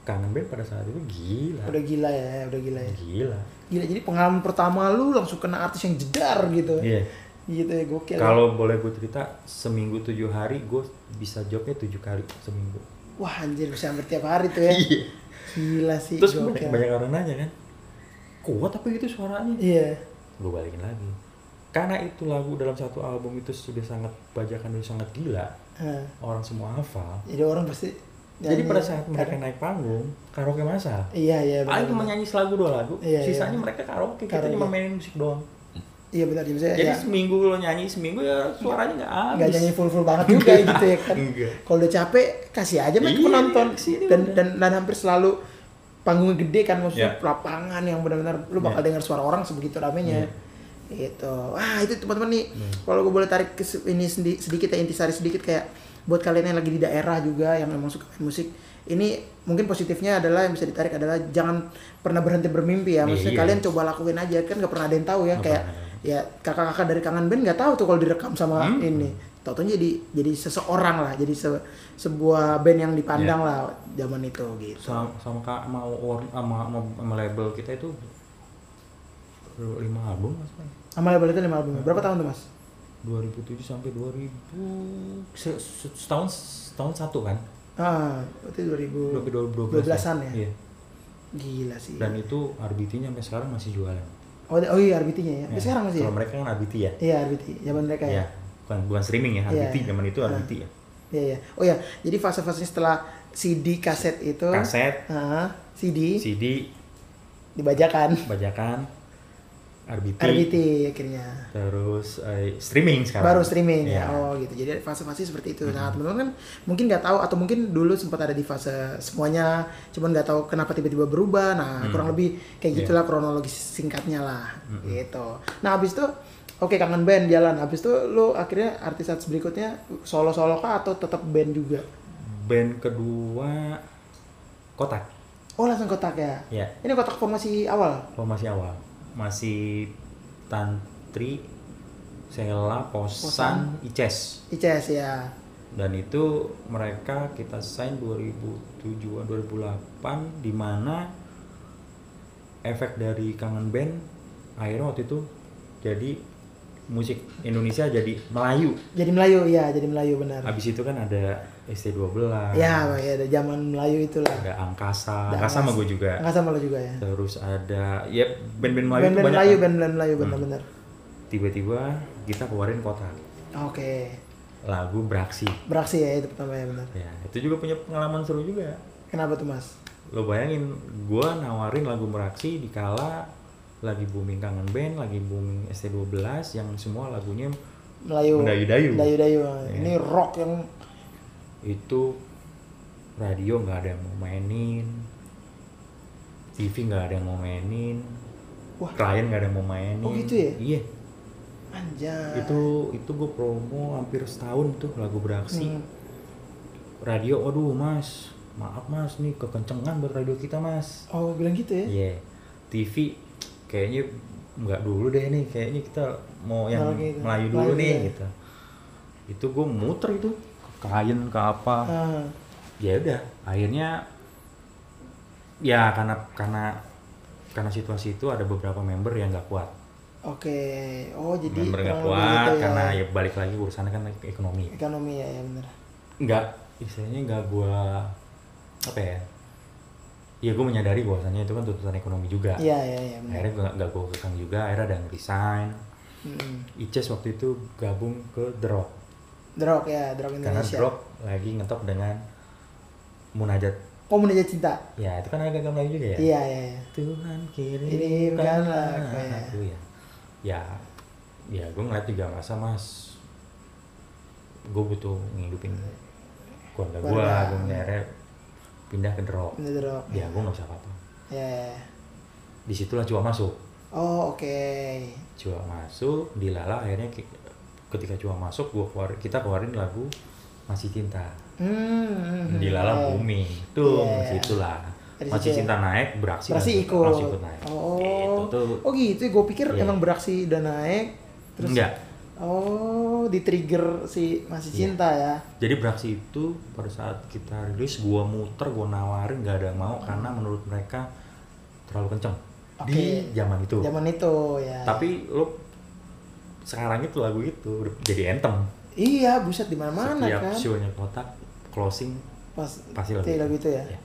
Speaker 2: kangen band pada saat itu gila.
Speaker 1: Udah gila ya, udah gila ya.
Speaker 2: Gila.
Speaker 1: Gila, jadi pengalaman pertama lu langsung kena artis yang jedar gitu.
Speaker 2: Iya.
Speaker 1: Gitu ya, gokil. ya.
Speaker 2: Kalau boleh gue cerita, seminggu tujuh hari gue bisa jobnya tujuh kali seminggu.
Speaker 1: Wah, anjir bisa hampir tiap hari tuh ya.
Speaker 2: Iya.
Speaker 1: Gila sih,
Speaker 2: Terus banyak,
Speaker 1: gokil.
Speaker 2: banyak orang nanya kan, kuat tapi gitu suaranya.
Speaker 1: Iya.
Speaker 2: gue balikin lagi karena itu lagu dalam satu album itu sudah sangat bajakan dan sangat gila
Speaker 1: Heeh.
Speaker 2: orang semua hafal
Speaker 1: ah. Jadi orang pasti
Speaker 2: jadi
Speaker 1: nyanyi.
Speaker 2: pada saat mereka naik panggung karaoke masal
Speaker 1: Iya iya benar.
Speaker 2: paling cuma nyanyi lagu dua lagu
Speaker 1: Iya,
Speaker 2: sisanya
Speaker 1: iya.
Speaker 2: mereka karaoke kita
Speaker 1: Karaoke.
Speaker 2: cuma mainin musik doang
Speaker 1: Iya benar jadi saya
Speaker 2: jadi
Speaker 1: ya,
Speaker 2: seminggu lo nyanyi seminggu ya suaranya nggak
Speaker 1: nggak
Speaker 2: habis
Speaker 1: nyanyi full full banget juga gitu ya kan.
Speaker 2: Enggak.
Speaker 1: Kalau udah capek kasih aja main ke
Speaker 2: Iya,
Speaker 1: penonton
Speaker 2: kesini
Speaker 1: dan,
Speaker 2: udah.
Speaker 1: dan dan hampir selalu panggung gede kan maksudnya
Speaker 2: Iya.
Speaker 1: lapangan yang benar-benar lu bakal dengar suara orang sebegitu ramenya.
Speaker 2: Iya.
Speaker 1: Gitu. Wah, itu teman-teman nih.
Speaker 2: Hmm.
Speaker 1: Kalau gue boleh tarik ke se- ini sendi- sedikit ya intisari sedikit kayak buat kalian yang lagi di daerah juga yang memang suka main musik ini mungkin positifnya adalah yang bisa ditarik adalah jangan pernah berhenti bermimpi ya maksudnya
Speaker 2: Iya.
Speaker 1: kalian coba lakuin aja kan nggak pernah ada yang tahu ya
Speaker 2: Nggak
Speaker 1: kayak
Speaker 2: pernah.
Speaker 1: ya kakak-kakak dari kangen band nggak tahu tuh kalau direkam sama
Speaker 2: Hmm?
Speaker 1: ini Taunya jadi jadi seseorang lah jadi se- sebuah band yang
Speaker 2: Ya.
Speaker 1: dipandang lah zaman itu gitu
Speaker 2: sama, sama kak mau warn- sama, sama, sama label kita itu lima album mas
Speaker 1: sama label itu lima album berapa tahun tuh mas
Speaker 2: 2007 sampai 2000 se- se- setahun setahun satu kan
Speaker 1: ah itu
Speaker 2: 2012
Speaker 1: 2012an ya
Speaker 2: Iya.
Speaker 1: gila sih
Speaker 2: Dan itu RBT-nya sampai sekarang masih jualan.
Speaker 1: oh oh iya RBT-nya ya Sampai
Speaker 2: Ya.
Speaker 1: sekarang masih ya
Speaker 2: Kalau mereka kan RBT ya.
Speaker 1: iya RBT zaman mereka ya
Speaker 2: Ya. Bukan, bukan streaming ya,
Speaker 1: Iya.
Speaker 2: RBT zaman itu RBT ya.
Speaker 1: Iya, iya. Oh ya, jadi fase-fasenya setelah CD kaset itu,
Speaker 2: Kaset,
Speaker 1: Ah, CD
Speaker 2: CD,
Speaker 1: dibajakan,
Speaker 2: bajakan, RBT,
Speaker 1: RBT akhirnya.
Speaker 2: terus eh, streaming sekarang.
Speaker 1: Baru streaming ya.
Speaker 2: Iya.
Speaker 1: Oh gitu. Jadi fase-fase seperti itu. Nah, teman-teman kan mungkin nggak tahu atau mungkin dulu sempat ada di fase semuanya, cuman nggak tahu kenapa tiba-tiba berubah. Nah,
Speaker 2: Hmm.
Speaker 1: kurang lebih
Speaker 2: Iya.
Speaker 1: kayak gitulah kronologis singkatnya lah. Gitu. Nah, habis itu Oke, kangen band jalan. Habis itu lu akhirnya artis artis berikutnya solo-solo kah atau tetap band juga?
Speaker 2: Band kedua Kotak.
Speaker 1: Oh, langsung kotak ya.
Speaker 2: Ya,
Speaker 1: Ini kotak formasi awal.
Speaker 2: formasi awal. Masih Tantri, Sela, Posan, Ices.
Speaker 1: ICS ya.
Speaker 2: dan itu mereka kita sign 2007 2008 di mana efek dari kangen band akhirnya waktu itu jadi musik Indonesia jadi Melayu
Speaker 1: Jadi Melayu ya, jadi Melayu benar.
Speaker 2: habis itu kan ada ST12
Speaker 1: Ya, ya ada zaman Melayu itulah.
Speaker 2: ada Angkasa
Speaker 1: Ada
Speaker 2: Angkasa sama gue juga
Speaker 1: Enggak sama lo juga ya.
Speaker 2: terus ada ya band-band Melayu
Speaker 1: Band-band
Speaker 2: tuh banyak
Speaker 1: Melayu,
Speaker 2: kan.
Speaker 1: band-band Melayu benar-benar.
Speaker 2: tiba-tiba kita keluarin kota
Speaker 1: Oke.
Speaker 2: lagu Beraksi
Speaker 1: Beraksi ya itu pertama ya benar.
Speaker 2: ya itu juga punya pengalaman seru juga
Speaker 1: Kenapa tuh, Mas?
Speaker 2: lo bayangin gua nawarin lagu meraksi di kala lagi booming kangen band lagi booming ST12 yang semua lagunya
Speaker 1: Melayu.
Speaker 2: Mendayu-dayu.
Speaker 1: Mendayu-dayu.
Speaker 2: Ya.
Speaker 1: Ini rock yang
Speaker 2: itu radio nggak ada yang mau mainin Vivi nggak ada yang mau mainin
Speaker 1: Wah.
Speaker 2: Ryan nggak ada yang mau mainin
Speaker 1: Oh, gitu ya?
Speaker 2: iya
Speaker 1: Anjay.
Speaker 2: itu itu gue promo hampir setahun tuh lagu beraksi
Speaker 1: Hmm.
Speaker 2: radio aduh mas maaf mas nih kekencengan buat radio kita mas
Speaker 1: Oh, bilang gitu ya?
Speaker 2: Iya. TV kayaknya nggak dulu deh nih, kayaknya kita mau yang
Speaker 1: Oke, itu.
Speaker 2: Melayu dulu
Speaker 1: Melayu ya.
Speaker 2: nih
Speaker 1: dulu.
Speaker 2: gitu. Itu gue muter itu ke kain ke apa.
Speaker 1: Ah,
Speaker 2: Ya udah, akhirnya ya karena karena karena situasi itu ada beberapa member yang nggak kuat.
Speaker 1: Oke. Oh, jadi
Speaker 2: member nggak
Speaker 1: kurang lebih
Speaker 2: kuat
Speaker 1: gitu
Speaker 2: karena ya balik lagi urusannya kan ekonomi.
Speaker 1: ekonomi ya, ya benar.
Speaker 2: Nggak, istilahnya nggak gua apa ya? Ya gue menyadari bahwasannya itu kan tuntutan ekonomi juga.
Speaker 1: Iya, iya, iya benar.
Speaker 2: akhirnya gue gak gue kekang juga akhirnya ada yang resign
Speaker 1: Mm-mm.
Speaker 2: Ices waktu itu gabung ke The Rock
Speaker 1: Drog ya, drog
Speaker 2: karena
Speaker 1: Indonesia.
Speaker 2: The Rock lagi ngetop dengan Munajat
Speaker 1: Oh, Indonesia cinta.
Speaker 2: ya itu kan agak-agak Melayu juga ya
Speaker 1: Iya, iya, iya.
Speaker 2: Tuhan
Speaker 1: Kirimkanlah
Speaker 2: kirimkanlah
Speaker 1: aku ya.
Speaker 2: aku ya ya ya gue ngeliat juga masa mas gue butuh ngidupin keluarga gue
Speaker 1: Keluarga.
Speaker 2: gue akhirnya pindah ke The Rock
Speaker 1: Ini drog.
Speaker 2: ya gue gak bisa apa-apa
Speaker 1: Ya, ya, ya.
Speaker 2: disitulah cuma masuk
Speaker 1: Oh, oke.
Speaker 2: Cua masuk, Dilala akhirnya ki- ketika Cua masuk, gua keluar, kita keluarin lagu Masih Cinta.
Speaker 1: Hmm.
Speaker 2: Dilala
Speaker 1: ya.
Speaker 2: booming, tuh
Speaker 1: Iya.
Speaker 2: situlah.
Speaker 1: Dari
Speaker 2: Masih
Speaker 1: situ ya.
Speaker 2: Cinta naik,
Speaker 1: Beraksi
Speaker 2: beraksi, langsung-
Speaker 1: ikut.
Speaker 2: langsung ikut naik. Gitu
Speaker 1: Oh.
Speaker 2: tuh.
Speaker 1: Oh gitu, gue pikir
Speaker 2: Iya.
Speaker 1: emang beraksi udah naik. Terus
Speaker 2: Enggak.
Speaker 1: Oh, di trigger si masih
Speaker 2: Iya.
Speaker 1: cinta ya.
Speaker 2: Jadi beraksi itu pada saat kita rilis, gua muter, gua nawarin nggak ada yang mau karena menurut mereka terlalu kenceng di
Speaker 1: Oke.
Speaker 2: zaman itu.
Speaker 1: Zaman itu ya.
Speaker 2: Tapi lo sekarang itu lagu itu udah jadi anthem.
Speaker 1: iya, buset di mana-mana
Speaker 2: Setiap
Speaker 1: kan.
Speaker 2: show-nya kotak closing
Speaker 1: Pas
Speaker 2: pasti lagu
Speaker 1: itu,
Speaker 2: itu.
Speaker 1: lagu itu ya.
Speaker 2: Iya.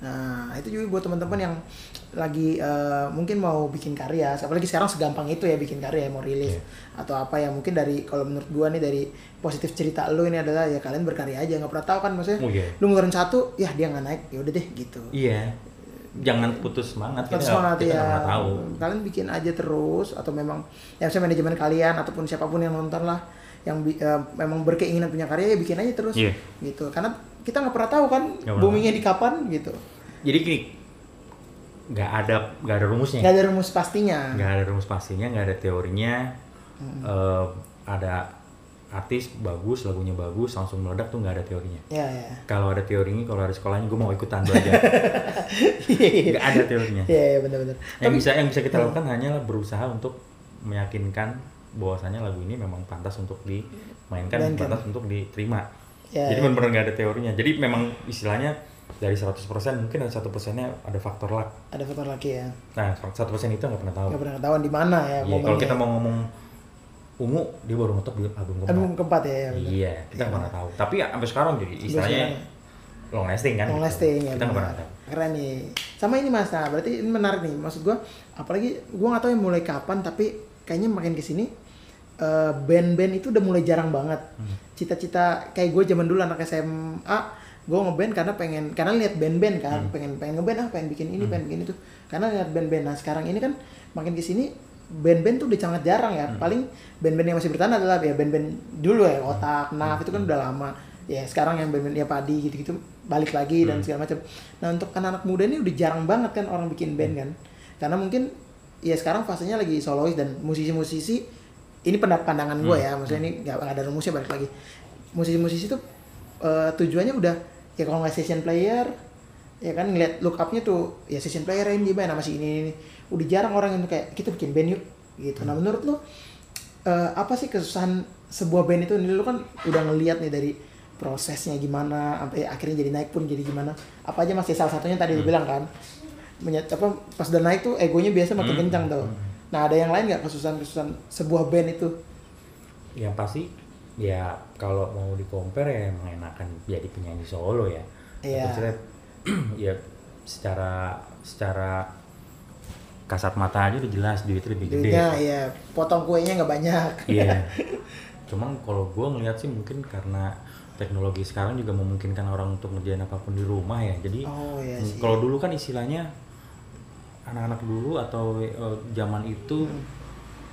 Speaker 1: Nah, itu juga buat teman-teman yang lagi eh, mungkin mau bikin karya, apalagi sekarang segampang itu ya bikin karya, mau rilis
Speaker 2: Iya.
Speaker 1: atau apa ya mungkin dari kalau menurut gua nih dari positif cerita lu ini adalah ya kalian berkarya aja nggak pernah tahu kan maksudnya.
Speaker 2: Oh, iya.
Speaker 1: Lu ngeluarin satu, ya dia nggak naik, ya udah deh gitu.
Speaker 2: Iya. Jangan putus semangat.
Speaker 1: Tetap
Speaker 2: Kita,
Speaker 1: semangat
Speaker 2: kita
Speaker 1: ya.
Speaker 2: nggak pernah tahu.
Speaker 1: Kalian bikin aja terus atau memang ya misalnya manajemen kalian ataupun siapapun yang nonton lah yang bi- eh, memang berkeinginan punya karya ya bikin aja terus
Speaker 2: Iya.
Speaker 1: gitu. Karena kita nggak pernah tahu kan
Speaker 2: pernah.
Speaker 1: boomingnya di kapan gitu.
Speaker 2: Jadi gini, nggak ada nggak ada rumusnya,
Speaker 1: Nggak ada rumus pastinya.
Speaker 2: Iya. nggak ada rumus pastinya, nggak ada teorinya. Eh, ada artis bagus, lagunya bagus, langsung meledak tuh nggak ada teorinya.
Speaker 1: Ya ya.
Speaker 2: Kalau ada teorinya, kalau ada sekolahnya, gue mau ikutan belajar. nggak ada teorinya.
Speaker 1: Iya iya benar-benar.
Speaker 2: Yang bisa yang bisa kita lakukan hanyalah berusaha untuk meyakinkan bahwasannya lagu ini memang pantas untuk dimainkan,
Speaker 1: Mainkan.
Speaker 2: pantas untuk diterima.
Speaker 1: Ya,
Speaker 2: Jadi
Speaker 1: ya.
Speaker 2: benar-benar nggak ada teorinya. Jadi memang istilahnya dari 100% mungkin ada satu persennya ada faktor luck.
Speaker 1: Ada faktor lagi ya.
Speaker 2: Nah, satu persen itu nggak pernah tahu.
Speaker 1: Nggak pernah ketahuan di mana ya
Speaker 2: Iya,
Speaker 1: momennya.
Speaker 2: kalau kita mau ngomong ungu, dia baru ngetop di album keempat.
Speaker 1: album keempat ya. ya benar.
Speaker 2: iya, kita nggak pernah tahu. Tapi ya, sampai sekarang jadi istilahnya long lasting kan.
Speaker 1: Long
Speaker 2: gitu.
Speaker 1: lasting ya.
Speaker 2: Kita nggak
Speaker 1: benar.
Speaker 2: pernah tahu.
Speaker 1: Keren nih. Sama ini Mas. Nah, berarti ini menarik nih. Maksud gua apalagi gua nggak tahu yang mulai kapan tapi kayaknya makin ke sini eh, band-band itu udah mulai jarang banget.
Speaker 2: Hmm.
Speaker 1: Cita-cita kayak gue zaman dulu anak SMA gue ngeband karena pengen karena lihat band-band kan
Speaker 2: Hmm.
Speaker 1: pengen pengen ngeband ah pengen bikin ini pengen bikin itu karena lihat band-band nah sekarang ini kan makin kesini band-band tuh udah sangat jarang ya paling band-band yang masih bertahan adalah ya band-band dulu ya otak naf itu kan udah lama ya sekarang yang band-band ya padi gitu-gitu balik lagi dan segala macam nah untuk anak-anak muda ini udah jarang banget kan orang bikin band kan karena mungkin ya sekarang fasenya lagi solois dan musisi-musisi ini pendapat pandangan gue ya maksudnya ini nggak nggak ada rumusnya balik lagi musisi-musisi tuh eh, tujuannya udah ya kalau nggak session player ya kan ngeliat look up-nya tuh ya session player ini gimana masih ini, ini, ini. udah jarang orang yang kayak kita bikin band yuk gitu
Speaker 2: Hmm.
Speaker 1: nah menurut lo eh, apa sih kesusahan sebuah band itu ini lo kan udah ngeliat nih dari prosesnya gimana sampai akhirnya jadi naik pun jadi gimana apa aja masih salah satunya
Speaker 2: Hmm.
Speaker 1: tadi dibilang kan Menya- apa pas udah naik tuh egonya biasa makin
Speaker 2: Hmm.
Speaker 1: kencang tuh nah ada yang lain nggak kesusahan kesusahan sebuah band itu
Speaker 2: Yang pasti ya kalau mau di compare ya emang enakan jadi penyanyi solo ya.
Speaker 1: Iya.
Speaker 2: Tapi saya- ya secara secara kasat mata aja udah jelas duit lebih gede.
Speaker 1: duitnya ya potong kuenya nggak banyak
Speaker 2: Gitu Iya. Cuman kalau gue ngeliat sih mungkin karena teknologi sekarang juga memungkinkan orang untuk ngerjain apapun di rumah ya. Jadi
Speaker 1: Oh, iya
Speaker 2: mm,
Speaker 1: sih.
Speaker 2: kalau dulu kan istilahnya anak-anak dulu atau eh, zaman itu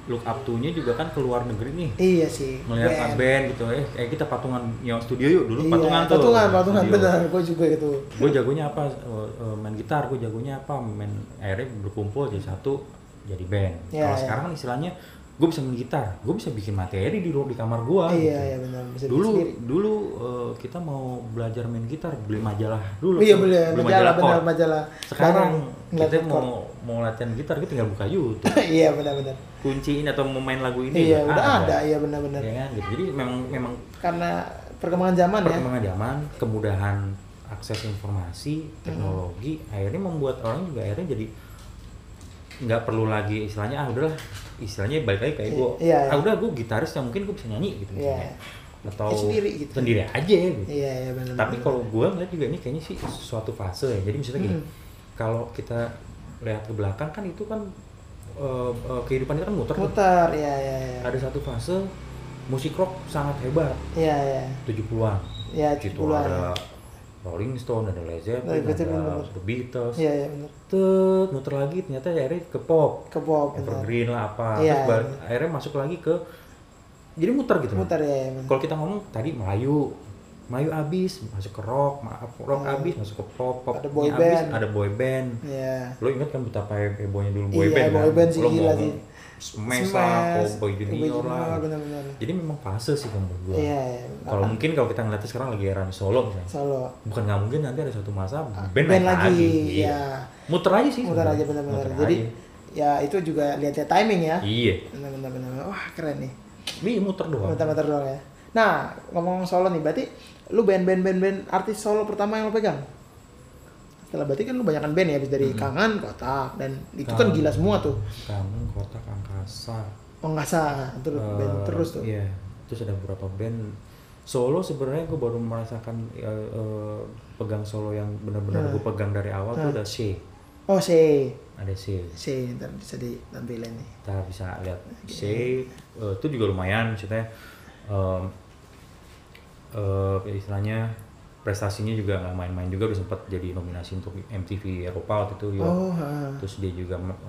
Speaker 2: look up to-nya juga kan ke luar negeri nih
Speaker 1: Iya sih.
Speaker 2: melihat
Speaker 1: band.
Speaker 2: band gitu eh kayak kita patungan nyawa studio yuk dulu
Speaker 1: Iya,
Speaker 2: patungan tuh Iya.
Speaker 1: Patungan, patungan
Speaker 2: Studio.
Speaker 1: benar. Gue juga gitu.
Speaker 2: gue jagonya apa eh, eh, main gitar gue jagonya apa main akhirnya berkumpul jadi satu jadi band
Speaker 1: Iya,
Speaker 2: kalau
Speaker 1: iya.
Speaker 2: sekarang kan istilahnya gue bisa main gitar gue bisa bikin materi di ru- di kamar gue
Speaker 1: Iya, iya benar. Bisa bikin
Speaker 2: dulu
Speaker 1: sendiri.
Speaker 2: dulu eh, kita mau belajar main gitar beli majalah dulu
Speaker 1: Iya
Speaker 2: tuh,
Speaker 1: boleh. Majalah benar
Speaker 2: chord.
Speaker 1: majalah.
Speaker 2: sekarang
Speaker 1: Barang, ngeliat
Speaker 2: kita
Speaker 1: chord.
Speaker 2: mau mau latihan gitar kita tinggal buka YouTube
Speaker 1: Iya benar-benar.
Speaker 2: kunciin atau mau main lagu ini
Speaker 1: Iya
Speaker 2: ya,
Speaker 1: udah ada. Iya benar-benar.
Speaker 2: ya kan gitu jadi memang memang
Speaker 1: Karena perkembangan zaman ya.
Speaker 2: perkembangan zaman kemudahan akses informasi teknologi
Speaker 1: Mm-hmm.
Speaker 2: akhirnya membuat orang juga akhirnya jadi nggak perlu lagi istilahnya ah udahlah istilahnya balik lagi kayak
Speaker 1: Iya,
Speaker 2: gue
Speaker 1: iya, iya.
Speaker 2: ah udah gue gitaris ya mungkin gue bisa nyanyi gitu
Speaker 1: Iya.
Speaker 2: misalnya atau
Speaker 1: Ya, sendiri gitu.
Speaker 2: sendiri aja gitu
Speaker 1: Iya iya benar-benar.
Speaker 2: tapi kalau gue ngeliat juga ini kayaknya sih suatu fase ya jadi misalnya gini kalau kita lihat ke belakang kan itu kan eh, eh, kehidupan itu kan muter tuh.
Speaker 1: muter ya ya ya.
Speaker 2: ada satu fase musik rock sangat hebat
Speaker 1: Iya iya.
Speaker 2: 70-an
Speaker 1: Ya
Speaker 2: itu
Speaker 1: bulan.
Speaker 2: ada Rolling Stone ada Led Zeppelin
Speaker 1: Led
Speaker 2: ada
Speaker 1: Zeppelin, bener.
Speaker 2: The Beatles
Speaker 1: Iya iya benar.
Speaker 2: Tet, muter lagi ternyata ya akhirnya ke pop
Speaker 1: Ke pop benar.
Speaker 2: evergreen lah apa
Speaker 1: Iya,
Speaker 2: terus bal-
Speaker 1: iya.
Speaker 2: akhirnya masuk lagi ke jadi muter gitu
Speaker 1: Muter ya ya benar.
Speaker 2: kalau kita ngomong tadi Melayu Melayu abis masuk ke rock maaf rock
Speaker 1: Hmm.
Speaker 2: abis masuk ke pop pop
Speaker 1: Ada boy
Speaker 2: abis,
Speaker 1: band.
Speaker 2: ada boy band
Speaker 1: Iya.
Speaker 2: lo inget kan betapa hebohnya dulu boy
Speaker 1: Iya,
Speaker 2: band kan?
Speaker 1: boy band sih
Speaker 2: lo
Speaker 1: gila
Speaker 2: ngomong
Speaker 1: sih.
Speaker 2: smash lah
Speaker 1: Smash,
Speaker 2: cowboy junior lah
Speaker 1: Benar-benar.
Speaker 2: jadi memang fase sih kalau menurut gue
Speaker 1: Iya iya.
Speaker 2: kalau mungkin kalau kita ngeliatnya sekarang lagi era solo misalnya
Speaker 1: Solo.
Speaker 2: bukan nggak mungkin nanti ada suatu masa band,
Speaker 1: Ah, band,
Speaker 2: naik
Speaker 1: lagi,
Speaker 2: Iya.
Speaker 1: ya
Speaker 2: muter aja sih
Speaker 1: muter aja
Speaker 2: sebenarnya.
Speaker 1: benar-benar
Speaker 2: Muter
Speaker 1: jadi
Speaker 2: aja.
Speaker 1: ya itu juga lihatnya timing ya
Speaker 2: iya
Speaker 1: benar-benar benar wah keren nih
Speaker 2: ini muter doang
Speaker 1: muter-muter doang ya nah ngomong solo nih berarti lu band band band band artis solo pertama yang lu pegang setelah berarti kan lu banyakan band ya habis dari kangen kotak dan itu kan
Speaker 2: Hmm. Kangen.
Speaker 1: gila semua tuh
Speaker 2: kamu kotak angkasa
Speaker 1: oh nggak salah terus
Speaker 2: eh,
Speaker 1: band terus tuh
Speaker 2: iya terus ada beberapa band solo sebenarnya gue baru merasakan eh, eh, pegang solo yang
Speaker 1: Nah.
Speaker 2: benar-benar gue pegang dari awal tuh ada C
Speaker 1: oh si
Speaker 2: ada C
Speaker 1: si ntar bisa ditampilin nih
Speaker 2: kita bisa lihat C eh, itu juga lumayan maksudnya em, eh, istilahnya prestasinya juga nggak main-main juga udah sempat jadi nominasi untuk MTV Eropa waktu itu Europe.
Speaker 1: oh ha.
Speaker 2: terus dia juga me-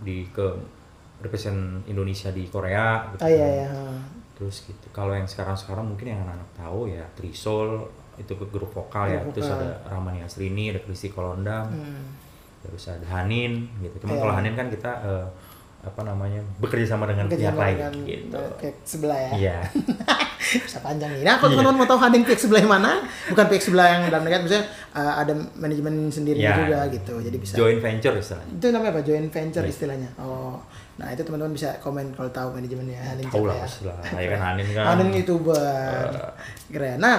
Speaker 2: di ke represent Indonesia di Korea gitu
Speaker 1: ah iya
Speaker 2: kan.
Speaker 1: iya ha.
Speaker 2: terus gitu kalau yang sekarang sekarang mungkin yang anak-anak tahu ya Trisol itu ke grup vokal ya
Speaker 1: Grup
Speaker 2: terus
Speaker 1: vokal.
Speaker 2: ada Ramani Asrini ada Kristi Kolondam
Speaker 1: Hmm.
Speaker 2: terus ada Hanin gitu cuman
Speaker 1: Iya.
Speaker 2: kalau Hanin kan kita eh, apa namanya bekerja sama dengan
Speaker 1: Kerja
Speaker 2: pihak
Speaker 1: sama
Speaker 2: lain
Speaker 1: dengan,
Speaker 2: gitu
Speaker 1: eh, pihak sebelah ya
Speaker 2: iya
Speaker 1: bisa panjang nih. Nah, kalau teman-teman mau tahu Hanin pihak sebelah yang mana, bukan pihak sebelah yang dalam negara, misalnya eh, ada manajemen sendiri
Speaker 2: Iya.
Speaker 1: juga gitu. Jadi bisa.
Speaker 2: joint venture istilahnya
Speaker 1: Itu namanya apa? Joint venture
Speaker 2: Iya.
Speaker 1: istilahnya. Oh. Nah, itu teman-teman bisa komen kalau tahu manajemennya Hanin siapa
Speaker 2: tahu lah
Speaker 1: ya.
Speaker 2: istilah ya kan Hanin kan
Speaker 1: Hanin gitu. YouTuber. Keren. Nah,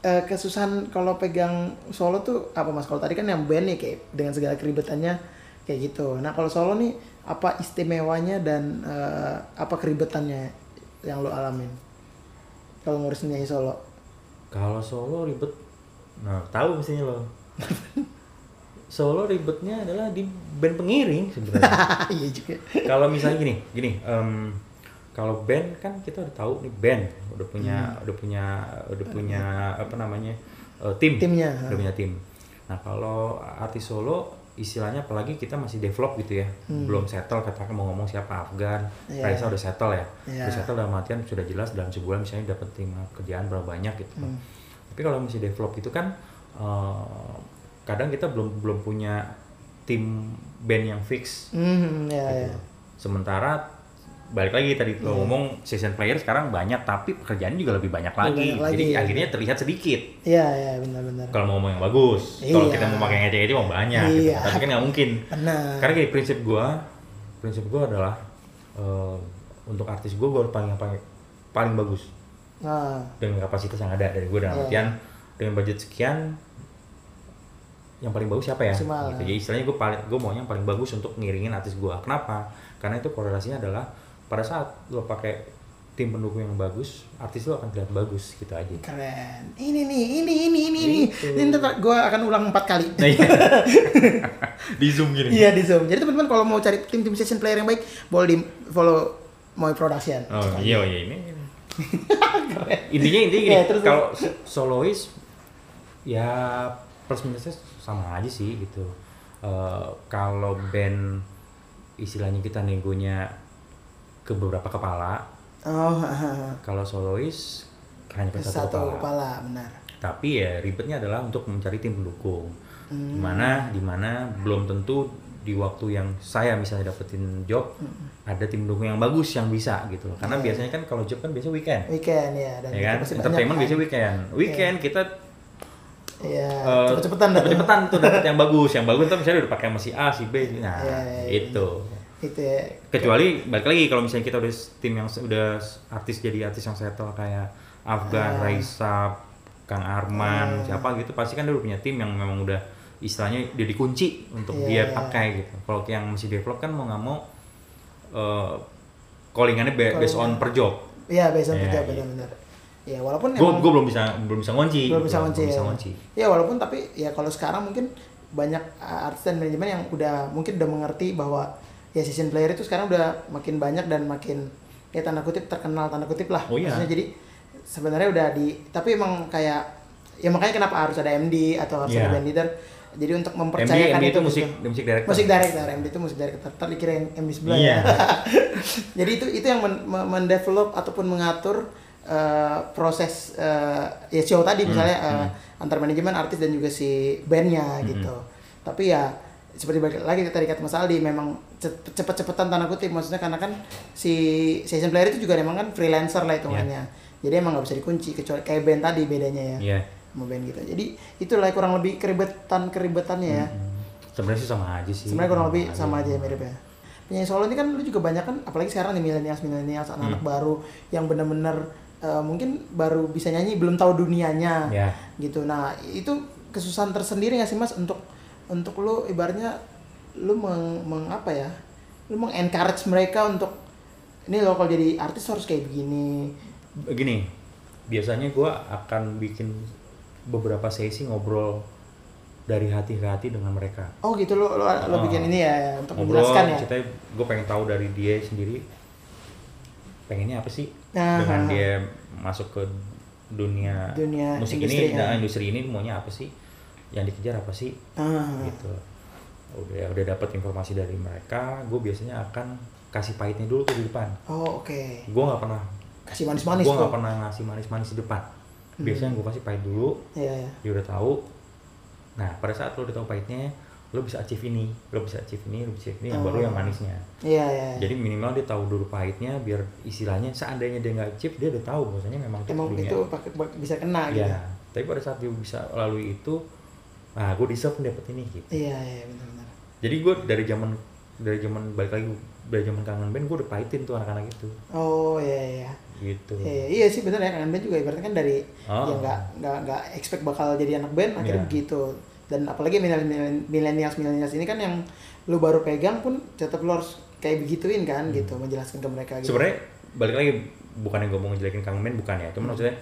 Speaker 1: eh, kesusahan kalau pegang solo tuh apa Mas? Kalau tadi kan yang band nih kayak dengan segala keribetannya kayak gitu. Nah, kalau solo nih apa istimewanya dan eh, apa keribetannya yang lo alamin? Kalau ngurusin nyanyi solo.
Speaker 2: Kalau Solo ribet, nah tahu mestinya lo. Solo ribetnya adalah di band pengiring sebenarnya.
Speaker 1: iya juga.
Speaker 2: kalau misalnya gini, gini, em, kalau band kan kita udah tahu nih band udah punya,
Speaker 1: Hmm.
Speaker 2: udah punya, udah punya apa namanya eh, tim,
Speaker 1: Timnya, ha.
Speaker 2: udah punya tim. Nah kalau artis solo istilahnya apalagi kita masih develop gitu ya, belum settle katakan mau ngomong siapa Afgan,
Speaker 1: Hmm. Iya.
Speaker 2: Raisa udah settle ya,
Speaker 1: Iya.
Speaker 2: udah settle dalam artian sudah jelas dalam sebulan misalnya dapat terima kerjaan berapa banyak gitu.
Speaker 1: Hmm.
Speaker 2: Tapi kalau masih develop itu kan eh, kadang kita belum belum punya tim band yang fix
Speaker 1: Hmm, ya, ya.
Speaker 2: gitu. Sementara balik lagi tadi
Speaker 1: Iya.
Speaker 2: lo ngomong session player sekarang banyak tapi pekerjaan juga lebih banyak lagi.
Speaker 1: Lebih banyak
Speaker 2: Jadi
Speaker 1: lagi.
Speaker 2: akhirnya terlihat sedikit.
Speaker 1: Iya, iya, benar-benar.
Speaker 2: Kalau mau ngomong yang bagus, kalau
Speaker 1: Iya.
Speaker 2: kita mau pakai ngece-ngece mau banyak, gitu.
Speaker 1: Iya.
Speaker 2: tapi kan nggak mungkin.
Speaker 1: Benar.
Speaker 2: Karena gini prinsip gua, prinsip gua adalah eh, untuk artis gua gua harus paling paling paling bagus
Speaker 1: Nah,
Speaker 2: dengan kapasitas yang ada dari gua
Speaker 1: Iya.
Speaker 2: dalam artian dengan budget sekian yang paling bagus siapa ya?
Speaker 1: Maksimal.
Speaker 2: Gitu. Jadi istilahnya gue paling gue maunya yang paling bagus untuk ngiringin artis gue. Kenapa? Karena itu korelasinya adalah pada saat lo pakai tim pendukung yang bagus, artis lo akan terlihat bagus gitu aja.
Speaker 1: keren. Ini nih, ini, ini, ini,
Speaker 2: Gitu.
Speaker 1: ini. Ini gue akan ulang empat kali.
Speaker 2: Nah, iya. di zoom gini.
Speaker 1: Iya di Zoom. Jadi teman-teman kalau mau cari tim-tim session player yang baik, boleh di follow Moy Production.
Speaker 2: Oh iya iya ini. intinya intinya gini,
Speaker 1: Iya, terus-
Speaker 2: kalau so- solois ya plus minusnya sama aja sih gitu. Eh, kalau band istilahnya kita negonya ke beberapa kepala.
Speaker 1: Oh, hahaha.
Speaker 2: Kalau solois hanya ke satu,
Speaker 1: satu
Speaker 2: kepala.
Speaker 1: kepala, benar.
Speaker 2: Tapi ya ribetnya adalah untuk mencari tim pendukung. Dimana dimana belum tentu di waktu yang saya misalnya dapetin job ada tim pendukung yang bagus yang bisa gitu loh. Karena biasanya kan kalau job kan biasanya weekend.
Speaker 1: Weekend ya dan
Speaker 2: Ya
Speaker 1: itu
Speaker 2: kan?
Speaker 1: pasti banyak,
Speaker 2: Entertainment
Speaker 1: kan?
Speaker 2: biasanya weekend. Weekend kita
Speaker 1: Iya,
Speaker 2: eh,
Speaker 1: cepet-cepetan dah.
Speaker 2: cepet-cepetan tuh dapat yang bagus. Yang bagus tuh misalnya udah pakai sama si A, si B. Nah,
Speaker 1: Iya, iya, iya.
Speaker 2: itu.
Speaker 1: Itu ya.
Speaker 2: Kecuali balik lagi kalau misalnya kita udah s- tim yang s- udah s- artis jadi artis yang settle kayak Afgan,
Speaker 1: Iya.
Speaker 2: Raisa, Kang Arman, siapa gitu pasti kan dia udah punya tim yang memang udah istilahnya dia dikunci untuk
Speaker 1: Iya, iya.
Speaker 2: dia pakai gitu. Kalau yang masih develop kan mau nggak mau eh, callingannya be- based on per job.
Speaker 1: Iya, biasanya
Speaker 2: Iya,
Speaker 1: kerja
Speaker 2: iya.
Speaker 1: benar-benar. Ya, walaupun
Speaker 2: Gue
Speaker 1: emang-
Speaker 2: belum bisa belum bisa ngunci.
Speaker 1: belum bisa
Speaker 2: gitu.
Speaker 1: kunci
Speaker 2: Belum
Speaker 1: ya.
Speaker 2: bisa ngunci.
Speaker 1: Ya, walaupun tapi ya kalau sekarang mungkin banyak uh, artis dan manajemen yang udah mungkin udah mengerti bahwa ya season player itu sekarang udah makin banyak dan makin ya tanda kutip terkenal tanda kutip lah
Speaker 2: Oh, iya.
Speaker 1: Maksudnya jadi sebenarnya udah di tapi emang kayak ya makanya kenapa harus ada MD atau harus
Speaker 2: Iya.
Speaker 1: ada band leader jadi untuk
Speaker 2: MD,
Speaker 1: mempercayakan
Speaker 2: MD itu
Speaker 1: gitu.
Speaker 2: musik musik director.
Speaker 1: musik director MD itu musik director Ntar dikira yang MD sebelah
Speaker 2: Iya.
Speaker 1: ya. jadi itu itu yang men- men- mendevelop ataupun mengatur eh, proses eh, ya show tadi misalnya eh, antar manajemen artis dan juga si bandnya gitu tapi ya seperti balik lagi tadi kata Mas Aldi memang ce- cepet-cepetan tanda kutip maksudnya karena kan si season player itu juga memang kan freelancer lah hitungannya jadi emang nggak bisa dikunci kecuali kayak band tadi bedanya ya
Speaker 2: Iya.
Speaker 1: sama band gitu jadi itulah kurang lebih keribetan keribetannya ya
Speaker 2: Sebenarnya sih sama aja sih.
Speaker 1: sebenarnya kurang
Speaker 2: Iya.
Speaker 1: lebih sama aja ya, mirip ya penyanyi solo ini kan lu juga banyak kan apalagi sekarang nih milenials milenials
Speaker 2: Hmm.
Speaker 1: anak-anak baru yang bener-bener eh, mungkin baru bisa nyanyi belum tahu dunianya
Speaker 2: Ya.
Speaker 1: gitu nah itu kesusahan tersendiri nggak sih mas untuk untuk lu ibaratnya lu meng, meng- apa ya lu meng encourage mereka untuk ini lo kalau jadi artis harus kayak begini
Speaker 2: Gini, biasanya gua akan bikin beberapa sesi ngobrol dari hati ke hati dengan mereka.
Speaker 1: oh gitu lo lo, lo
Speaker 2: Oh.
Speaker 1: bikin ini ya untuk
Speaker 2: Ngobrol,
Speaker 1: menjelaskan ya
Speaker 2: ceritanya gue pengen tahu dari dia sendiri pengennya apa sih
Speaker 1: Nah,
Speaker 2: dengan
Speaker 1: ah.
Speaker 2: dia masuk ke dunia,
Speaker 1: Dunia
Speaker 2: musik
Speaker 1: industri,
Speaker 2: ini
Speaker 1: ya.
Speaker 2: nah, industri ini maunya apa sih yang dikejar apa sih
Speaker 1: Ah.
Speaker 2: gitu udah udah dapat informasi dari mereka gue biasanya akan kasih pahitnya dulu tuh di depan
Speaker 1: oh oke
Speaker 2: gue nggak pernah
Speaker 1: kasih manis-manis
Speaker 2: gue
Speaker 1: tuh Hmm.
Speaker 2: nggak pernah ngasih manis-manis di depan biasanya gue kasih pahit dulu
Speaker 1: Iya, iya.
Speaker 2: dia udah tahu nah pada saat lo udah tahu pahitnya lo bisa achieve ini lo bisa achieve ini lo bisa achieve ini yang baru yang manisnya
Speaker 1: Iya, iya. iya.
Speaker 2: jadi minimal dia tahu dulu pahitnya biar istilahnya seandainya dia nggak achieve dia udah tahu bahwasanya memang itu
Speaker 1: Emang
Speaker 2: dunia.
Speaker 1: itu pakai bisa kena gitu.
Speaker 2: ya tapi pada saat dia bisa lalui itu nah gue deserve nih dapet ini gitu
Speaker 1: Iya, iya, benar-benar.
Speaker 2: jadi gue dari zaman dari zaman balik lagi dari zaman kangen band gue udah pahitin tuh anak-anak itu
Speaker 1: Oh, iya, iya.
Speaker 2: gitu
Speaker 1: Iya, iya sih benar ya kangen band juga ibaratnya kan dari
Speaker 2: Oh.
Speaker 1: yang nggak nggak nggak expect bakal jadi anak band akhirnya
Speaker 2: Iya.
Speaker 1: begitu dan apalagi milenials milenials ini kan yang lu baru pegang pun tetap lu harus kayak begituin kan gitu menjelaskan ke mereka gitu.
Speaker 2: Hmm. sebenarnya balik lagi bukannya gue mau ngejelekin Kang Men bukan ya cuman maksudnya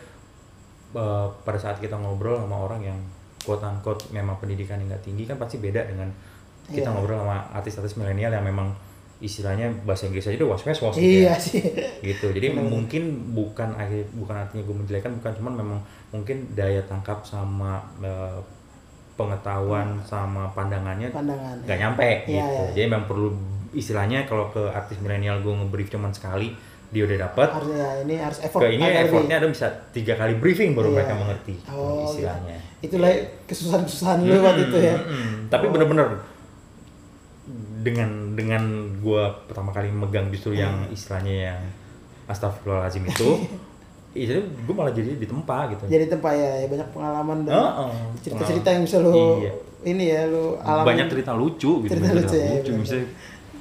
Speaker 2: eh, pada saat kita ngobrol sama orang yang quote unquote memang pendidikan yang nggak tinggi kan pasti beda dengan kita
Speaker 1: Iya.
Speaker 2: ngobrol sama artis-artis milenial yang memang istilahnya bahasa Inggris aja udah was was was
Speaker 1: Iya sih.
Speaker 2: gitu jadi
Speaker 1: Hmm.
Speaker 2: mungkin bukan akhir bukan artinya gue menjelekan bukan cuman memang mungkin daya tangkap sama eh, pengetahuan sama pandangannya
Speaker 1: Hmm. Pandangan.
Speaker 2: nggak nyampe
Speaker 1: Iya,
Speaker 2: gitu.
Speaker 1: iya.
Speaker 2: Jadi memang perlu istilahnya kalau ke artis milenial gue ngebrief cuman sekali dia udah dapat.
Speaker 1: Harus ya ini harus effort.
Speaker 2: Ke ini
Speaker 1: agak lebih.
Speaker 2: effortnya ada bisa tiga kali briefing baru
Speaker 1: Iya.
Speaker 2: mereka mengerti gitu
Speaker 1: Oh,
Speaker 2: istilahnya.
Speaker 1: Itulah
Speaker 2: Iya.
Speaker 1: kesusahan-kesusahan lu waktu itu ya.
Speaker 2: Mm-mm. Tapi bener-bener dengan dengan gue pertama kali megang justru yang
Speaker 1: Iya.
Speaker 2: istilahnya yang astagfirullahaladzim itu, itu gue malah jadi ditempa gitu.
Speaker 1: Jadi tempat ya, ya banyak pengalaman dan
Speaker 2: Heeh.
Speaker 1: cerita-cerita yang bisa lu
Speaker 2: Iya.
Speaker 1: ini ya lu alami.
Speaker 2: banyak cerita lucu gitu
Speaker 1: Cerita
Speaker 2: banyak
Speaker 1: lucu ya, benar-benar.
Speaker 2: Misalnya,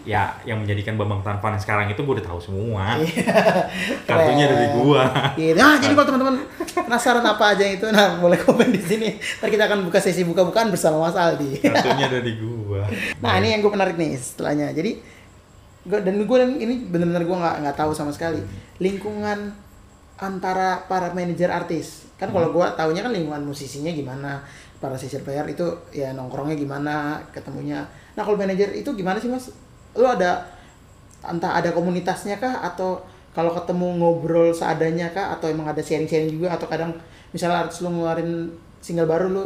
Speaker 2: ya yang menjadikan Bambang Tanfan yang sekarang itu gue udah tahu semua
Speaker 1: Iya. Keren.
Speaker 2: kartunya dari gua
Speaker 1: Iya, Nah, jadi kalau teman-teman penasaran apa aja itu, nah boleh komen di sini. Ntar kita akan buka sesi buka-bukaan bersama Mas Aldi.
Speaker 2: kartunya dari gua
Speaker 1: Nah, ini yang gue menarik nih setelahnya. Jadi gua, dan gue ini benar-benar gue nggak nggak tahu sama sekali lingkungan antara para manajer artis. Kan kalau gue taunya kan lingkungan musisinya gimana, para session player itu ya nongkrongnya gimana, ketemunya. Nah, kalau manajer itu gimana sih, Mas? Lu ada entah ada komunitasnya kah atau kalau ketemu ngobrol seadanya kah atau emang ada sharing-sharing juga atau kadang misalnya artis lu ngeluarin single baru lu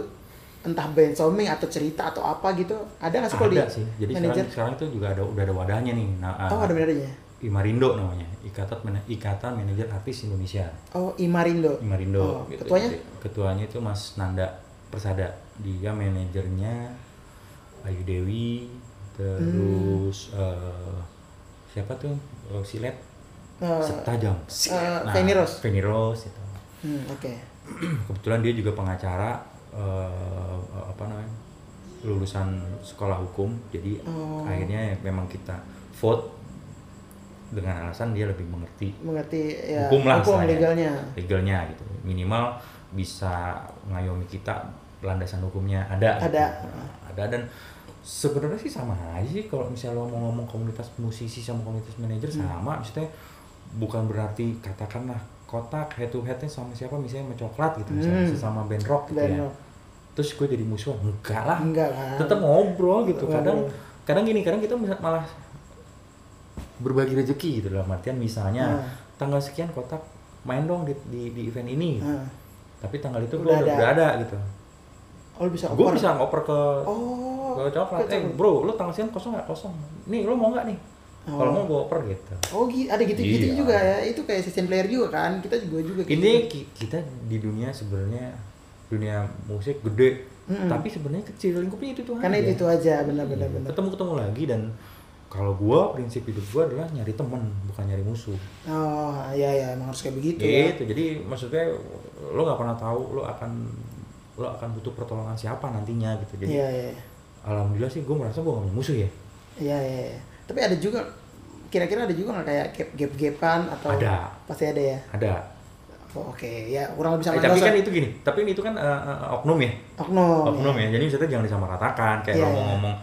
Speaker 1: entah brainstorming atau cerita atau apa gitu ada nggak sih kalau di
Speaker 2: ada sih jadi
Speaker 1: manajer
Speaker 2: sekarang, sekarang itu juga ada udah ada wadahnya nih nah,
Speaker 1: Oh ada bedanya.
Speaker 2: Imarindo namanya ikatan Man- ikatan manajer artis Indonesia
Speaker 1: Oh, Imarindo.
Speaker 2: Imarindo
Speaker 1: Oh,
Speaker 2: gitu.
Speaker 1: ketuanya?
Speaker 2: ketuanya itu Mas Nanda Persada dia manajernya Ayu Dewi terus
Speaker 1: Hmm.
Speaker 2: eh, siapa tuh Eh, Silet
Speaker 1: Eh,
Speaker 2: Setajam
Speaker 1: eh, Feni Rose.
Speaker 2: Feni Rose itu
Speaker 1: hmm, oke.
Speaker 2: gitu. kebetulan dia juga pengacara eh, apa namanya lulusan sekolah hukum jadi
Speaker 1: Oh.
Speaker 2: akhirnya memang kita vote dengan alasan dia lebih mengerti
Speaker 1: Mengerti ya
Speaker 2: Hukum lah
Speaker 1: hukum
Speaker 2: istilahnya.
Speaker 1: legalnya.
Speaker 2: legalnya gitu minimal bisa ngayomi kita landasan hukumnya ada gitu.
Speaker 1: Ada.
Speaker 2: Nah, ada dan sebenarnya sih sama aja sih kalau misalnya lo mau ngomong komunitas musisi sama komunitas manajer
Speaker 1: Hmm.
Speaker 2: sama maksudnya bukan berarti katakanlah kotak head to headnya sama siapa misalnya sama coklat gitu
Speaker 1: Hmm.
Speaker 2: misalnya sesama band rock gitu
Speaker 1: Band
Speaker 2: ya
Speaker 1: rock.
Speaker 2: terus gue jadi musuh enggak lah
Speaker 1: Enggak lah.
Speaker 2: tetap ngobrol gitu kadang
Speaker 1: Ngobrol.
Speaker 2: kadang gini kadang kita bisa- malah berbagi rezeki gitu dalam artian misalnya
Speaker 1: Hmm.
Speaker 2: tanggal sekian kotak main dong di di, di event ini
Speaker 1: Nah,
Speaker 2: tapi tanggal itu gue
Speaker 1: Udah
Speaker 2: udah,
Speaker 1: ada.
Speaker 2: udah ada gitu
Speaker 1: oh, lu bisa
Speaker 2: gue
Speaker 1: oper.
Speaker 2: bisa ngoper ke
Speaker 1: Oh.
Speaker 2: ke coklat eh
Speaker 1: coklat.
Speaker 2: bro lu tanggal sekian kosong nggak kosong nih lu mau nggak nih
Speaker 1: Oh.
Speaker 2: kalau mau gue oper gitu
Speaker 1: Oh, gi- ada gitu-gitu
Speaker 2: Iya.
Speaker 1: juga ya. Itu kayak session player juga kan. Kita juga juga kayak
Speaker 2: ini
Speaker 1: gitu.
Speaker 2: ki- kita di dunia sebenarnya dunia musik gede
Speaker 1: Mm-mm.
Speaker 2: tapi sebenarnya kecil lingkupnya itu tuh
Speaker 1: karena itu itu aja benar-benar benar.
Speaker 2: Hmm, ketemu ketemu lagi dan kalau gua prinsip hidup gua adalah nyari temen bukan nyari musuh
Speaker 1: Oh, iya ya, emang harus kayak begitu ya.
Speaker 2: gitu jadi maksudnya lo nggak pernah tahu lo akan lo akan butuh pertolongan siapa nantinya gitu jadi
Speaker 1: Iya, iya.
Speaker 2: alhamdulillah sih gua merasa gua gak punya musuh ya
Speaker 1: Iya, iya. iya. Tapi ada juga kira-kira ada juga nggak kayak gap- gap-gapan atau
Speaker 2: Ada.
Speaker 1: pasti ada ya.
Speaker 2: ada
Speaker 1: Oh, Oke, ya kurang lebih
Speaker 2: Eh,
Speaker 1: sama
Speaker 2: tapi
Speaker 1: dosen.
Speaker 2: kan itu gini tapi itu kan eh, eh, oknum ya
Speaker 1: oknum.
Speaker 2: oknum ya jadi misalnya jangan disamaratakan kayak
Speaker 1: Iya,
Speaker 2: lo
Speaker 1: iya.
Speaker 2: mau ngomong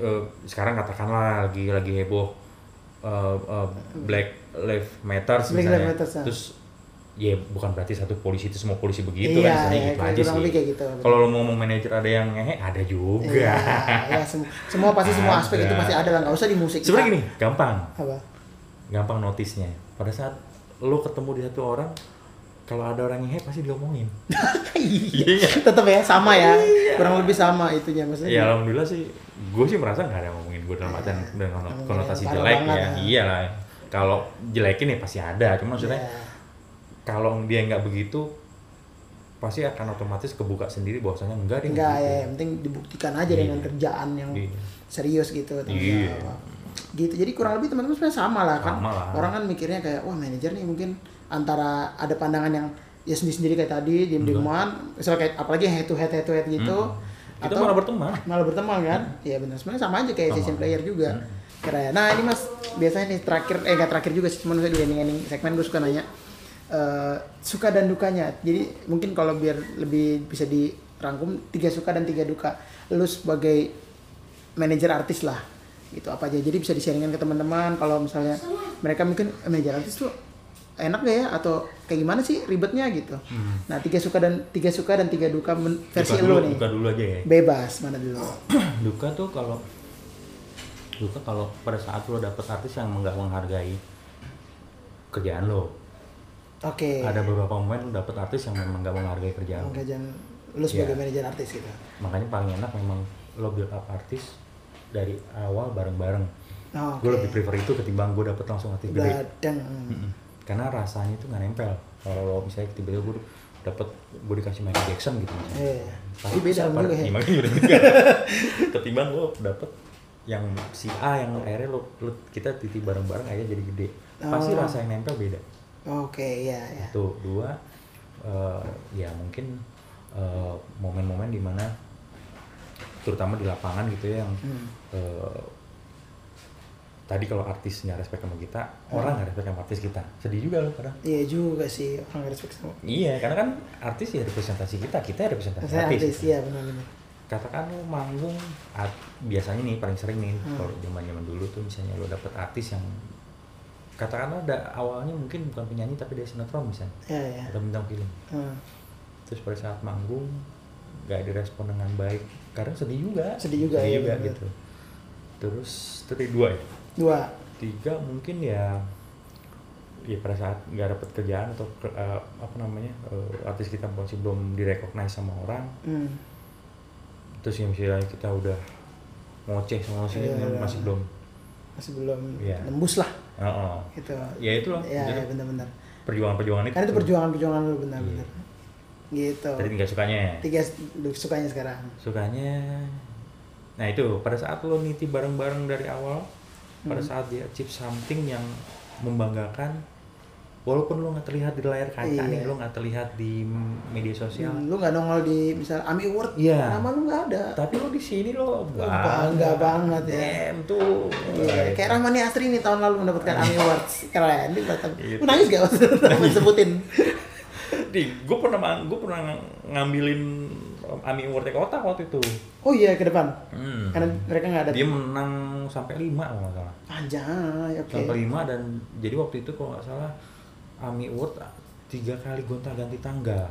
Speaker 2: eh, sekarang katakanlah lagi lagi heboh eh, eh, Black Lives Matters
Speaker 1: Black
Speaker 2: misalnya
Speaker 1: Lives Matters, ya.
Speaker 2: terus ya bukan berarti satu polisi itu semua polisi
Speaker 1: Iya,
Speaker 2: begitu kan misalnya
Speaker 1: iya, kayak
Speaker 2: gitu aja
Speaker 1: kurang
Speaker 2: sih
Speaker 1: lebih kayak gitu.
Speaker 2: kalau lo mau ngomong manajer ada yang ngehe ada juga
Speaker 1: Iya, ya, semua, semua pasti semua aspek itu
Speaker 2: Ada.
Speaker 1: pasti ada lah, nggak usah di musik.
Speaker 2: sebenarnya gini gampang
Speaker 1: Apa?
Speaker 2: gampang notisnya pada saat lo ketemu di satu orang kalau ada orang ngehe pasti diomongin iya
Speaker 1: Tetap ya sama ya, kurang lebih sama itunya maksudnya. gitu.
Speaker 2: Ya alhamdulillah sih, gue sih merasa nggak ada yang ngomongin gue dalam artian dengan
Speaker 1: Ngomongin
Speaker 2: konotasi
Speaker 1: yang Iya. parah
Speaker 2: jelek
Speaker 1: banget,
Speaker 2: ya.
Speaker 1: ya.
Speaker 2: Iyalah, kalau jelekin ya pasti ada. Cuma maksudnya
Speaker 1: Iya.
Speaker 2: kalau dia nggak begitu, pasti akan otomatis kebuka sendiri bahwasanya enggak deh.
Speaker 1: Enggak ya,
Speaker 2: gitu.
Speaker 1: yang penting dibuktikan aja dengan kerjaan yang
Speaker 2: Iya.
Speaker 1: serius gitu. tanggung
Speaker 2: Iya.
Speaker 1: jawab. Gitu. Jadi kurang lebih teman-teman sebenarnya sama lah kan.
Speaker 2: Sama lah.
Speaker 1: Orang kan mikirnya kayak wah manajer nih mungkin antara ada pandangan yang ya sendiri-sendiri kayak tadi, diem dieman misal kayak apalagi head to head head to head gitu.
Speaker 2: Hmm. Kita
Speaker 1: Atau-
Speaker 2: malah berteman.
Speaker 1: malah berteman kan iya benar sebenarnya sama aja kayak session player juga keren nah ini mas biasanya nih terakhir eh gak terakhir juga sih cuman saya di ending ending segmen gue suka nanya eh, suka dan dukanya jadi mungkin kalau biar lebih bisa dirangkum tiga suka dan tiga duka lu sebagai manajer artis lah gitu apa aja jadi bisa di-sharingin ke teman-teman kalau misalnya mereka mungkin "Eh, manajer artis tuh enak gak ya atau kayak gimana sih ribetnya gitu nah tiga suka dan tiga suka dan tiga duka men- versi lu
Speaker 2: Duka dulu,
Speaker 1: nih
Speaker 2: Duka dulu aja ya.
Speaker 1: bebas mana dulu
Speaker 2: duka tuh kalau duka kalau pada saat lo dapet artis yang nggak menghargai kerjaan lo.
Speaker 1: oke
Speaker 2: Ada beberapa momen lo dapet artis yang memang nggak menghargai kerjaan. lo.
Speaker 1: Oke, jangan lu
Speaker 2: Iya.
Speaker 1: sebagai manajer artis gitu
Speaker 2: makanya paling enak memang lo build up artis dari awal bareng-bareng
Speaker 1: oh,
Speaker 2: gue lebih prefer itu ketimbang gue dapet langsung artis gede
Speaker 1: Dadeng.
Speaker 2: Mm-mm. karena rasanya itu nggak nempel kalau lo misalnya tiba-tiba gue dapet gue dikasih Michael Jackson gitu misalnya
Speaker 1: Iya.
Speaker 2: Pasti
Speaker 1: Tapi beda
Speaker 2: siapa-
Speaker 1: juga ya.
Speaker 2: Iya, makanya beda juga. ketimbang lo dapet yang si A yang akhirnya lo, lo- kita titip bareng-bareng akhirnya jadi gede pasti
Speaker 1: Oh.
Speaker 2: rasa yang nempel beda
Speaker 1: Oke, iya ya.
Speaker 2: satu dua eh, ya mungkin eh, momen-momen dimana terutama di lapangan gitu ya yang
Speaker 1: Hmm.
Speaker 2: eh, tadi kalau artis nggak respect sama kita
Speaker 1: Hmm.
Speaker 2: orang nggak respect sama artis kita sedih juga loh kadang
Speaker 1: Iya juga sih orang nggak respect sama.
Speaker 2: iya karena kan artis ya representasi kita kita ya representasi
Speaker 1: Saya
Speaker 2: artis,
Speaker 1: artis, iya benar-benar.
Speaker 2: katakan lo manggung art- biasanya nih paling sering nih
Speaker 1: Hmm.
Speaker 2: kalau zaman zaman dulu tuh misalnya lo dapet artis yang katakanlah ada awalnya mungkin bukan penyanyi tapi dari sinetron misalnya
Speaker 1: Iya ya.
Speaker 2: atau bintang film
Speaker 1: Hmm.
Speaker 2: terus pada saat manggung nggak direspon dengan baik kadang sedih juga
Speaker 1: Sedih juga, iya, benar.
Speaker 2: gitu terus tadi dua ya
Speaker 1: Dua.
Speaker 2: tiga mungkin ya ya pada saat nggak dapat kerjaan atau ke- eh, apa namanya eh, artis kita masih belum direcognize sama orang
Speaker 1: Hmm.
Speaker 2: terus yang misalnya kita udah ngoceh sama si
Speaker 1: Iya,
Speaker 2: ini
Speaker 1: iya.
Speaker 2: masih belum
Speaker 1: sebelum
Speaker 2: Iya.
Speaker 1: nembus lah
Speaker 2: Heeh.
Speaker 1: gitu
Speaker 2: ya itulah
Speaker 1: ya,
Speaker 2: Jadi
Speaker 1: ya benar-benar
Speaker 2: perjuangan-perjuangan itu
Speaker 1: kan itu perjuangan-perjuangan lu benar-benar gitu
Speaker 2: dari Iya. tiga sukanya ya.
Speaker 1: tiga lu sukanya sekarang
Speaker 2: sukanya nah itu pada saat lo niti bareng-bareng dari awal pada
Speaker 1: Hmm.
Speaker 2: saat dia achieve something yang membanggakan walaupun lo nggak terlihat di layar kaca
Speaker 1: Iya.
Speaker 2: nih lo nggak terlihat di media sosial
Speaker 1: Hmm, lu nggak nongol di misal AMI Award
Speaker 2: Iya. Ah.
Speaker 1: nama lu nggak ada
Speaker 2: tapi lo di sini lo
Speaker 1: bangga banget ya.
Speaker 2: Damn, tuh
Speaker 1: Iya, kayak Rahmani Astri nih tahun lalu mendapatkan AMI Awards keren dia berarti
Speaker 2: Iya.
Speaker 1: lu nangis gak waktu itu sebutin
Speaker 2: di gue pernah ma- gua pernah ng- ngambilin um, Ami Award di kota waktu itu
Speaker 1: oh iya ke depan
Speaker 2: Hmm.
Speaker 1: karena mereka nggak Kan ada
Speaker 2: dia menang sampai lima kalau nggak salah
Speaker 1: panjang oke
Speaker 2: sampai lima dan jadi waktu itu kalau nggak salah Ami Award tiga kali gonta-ganti tanggal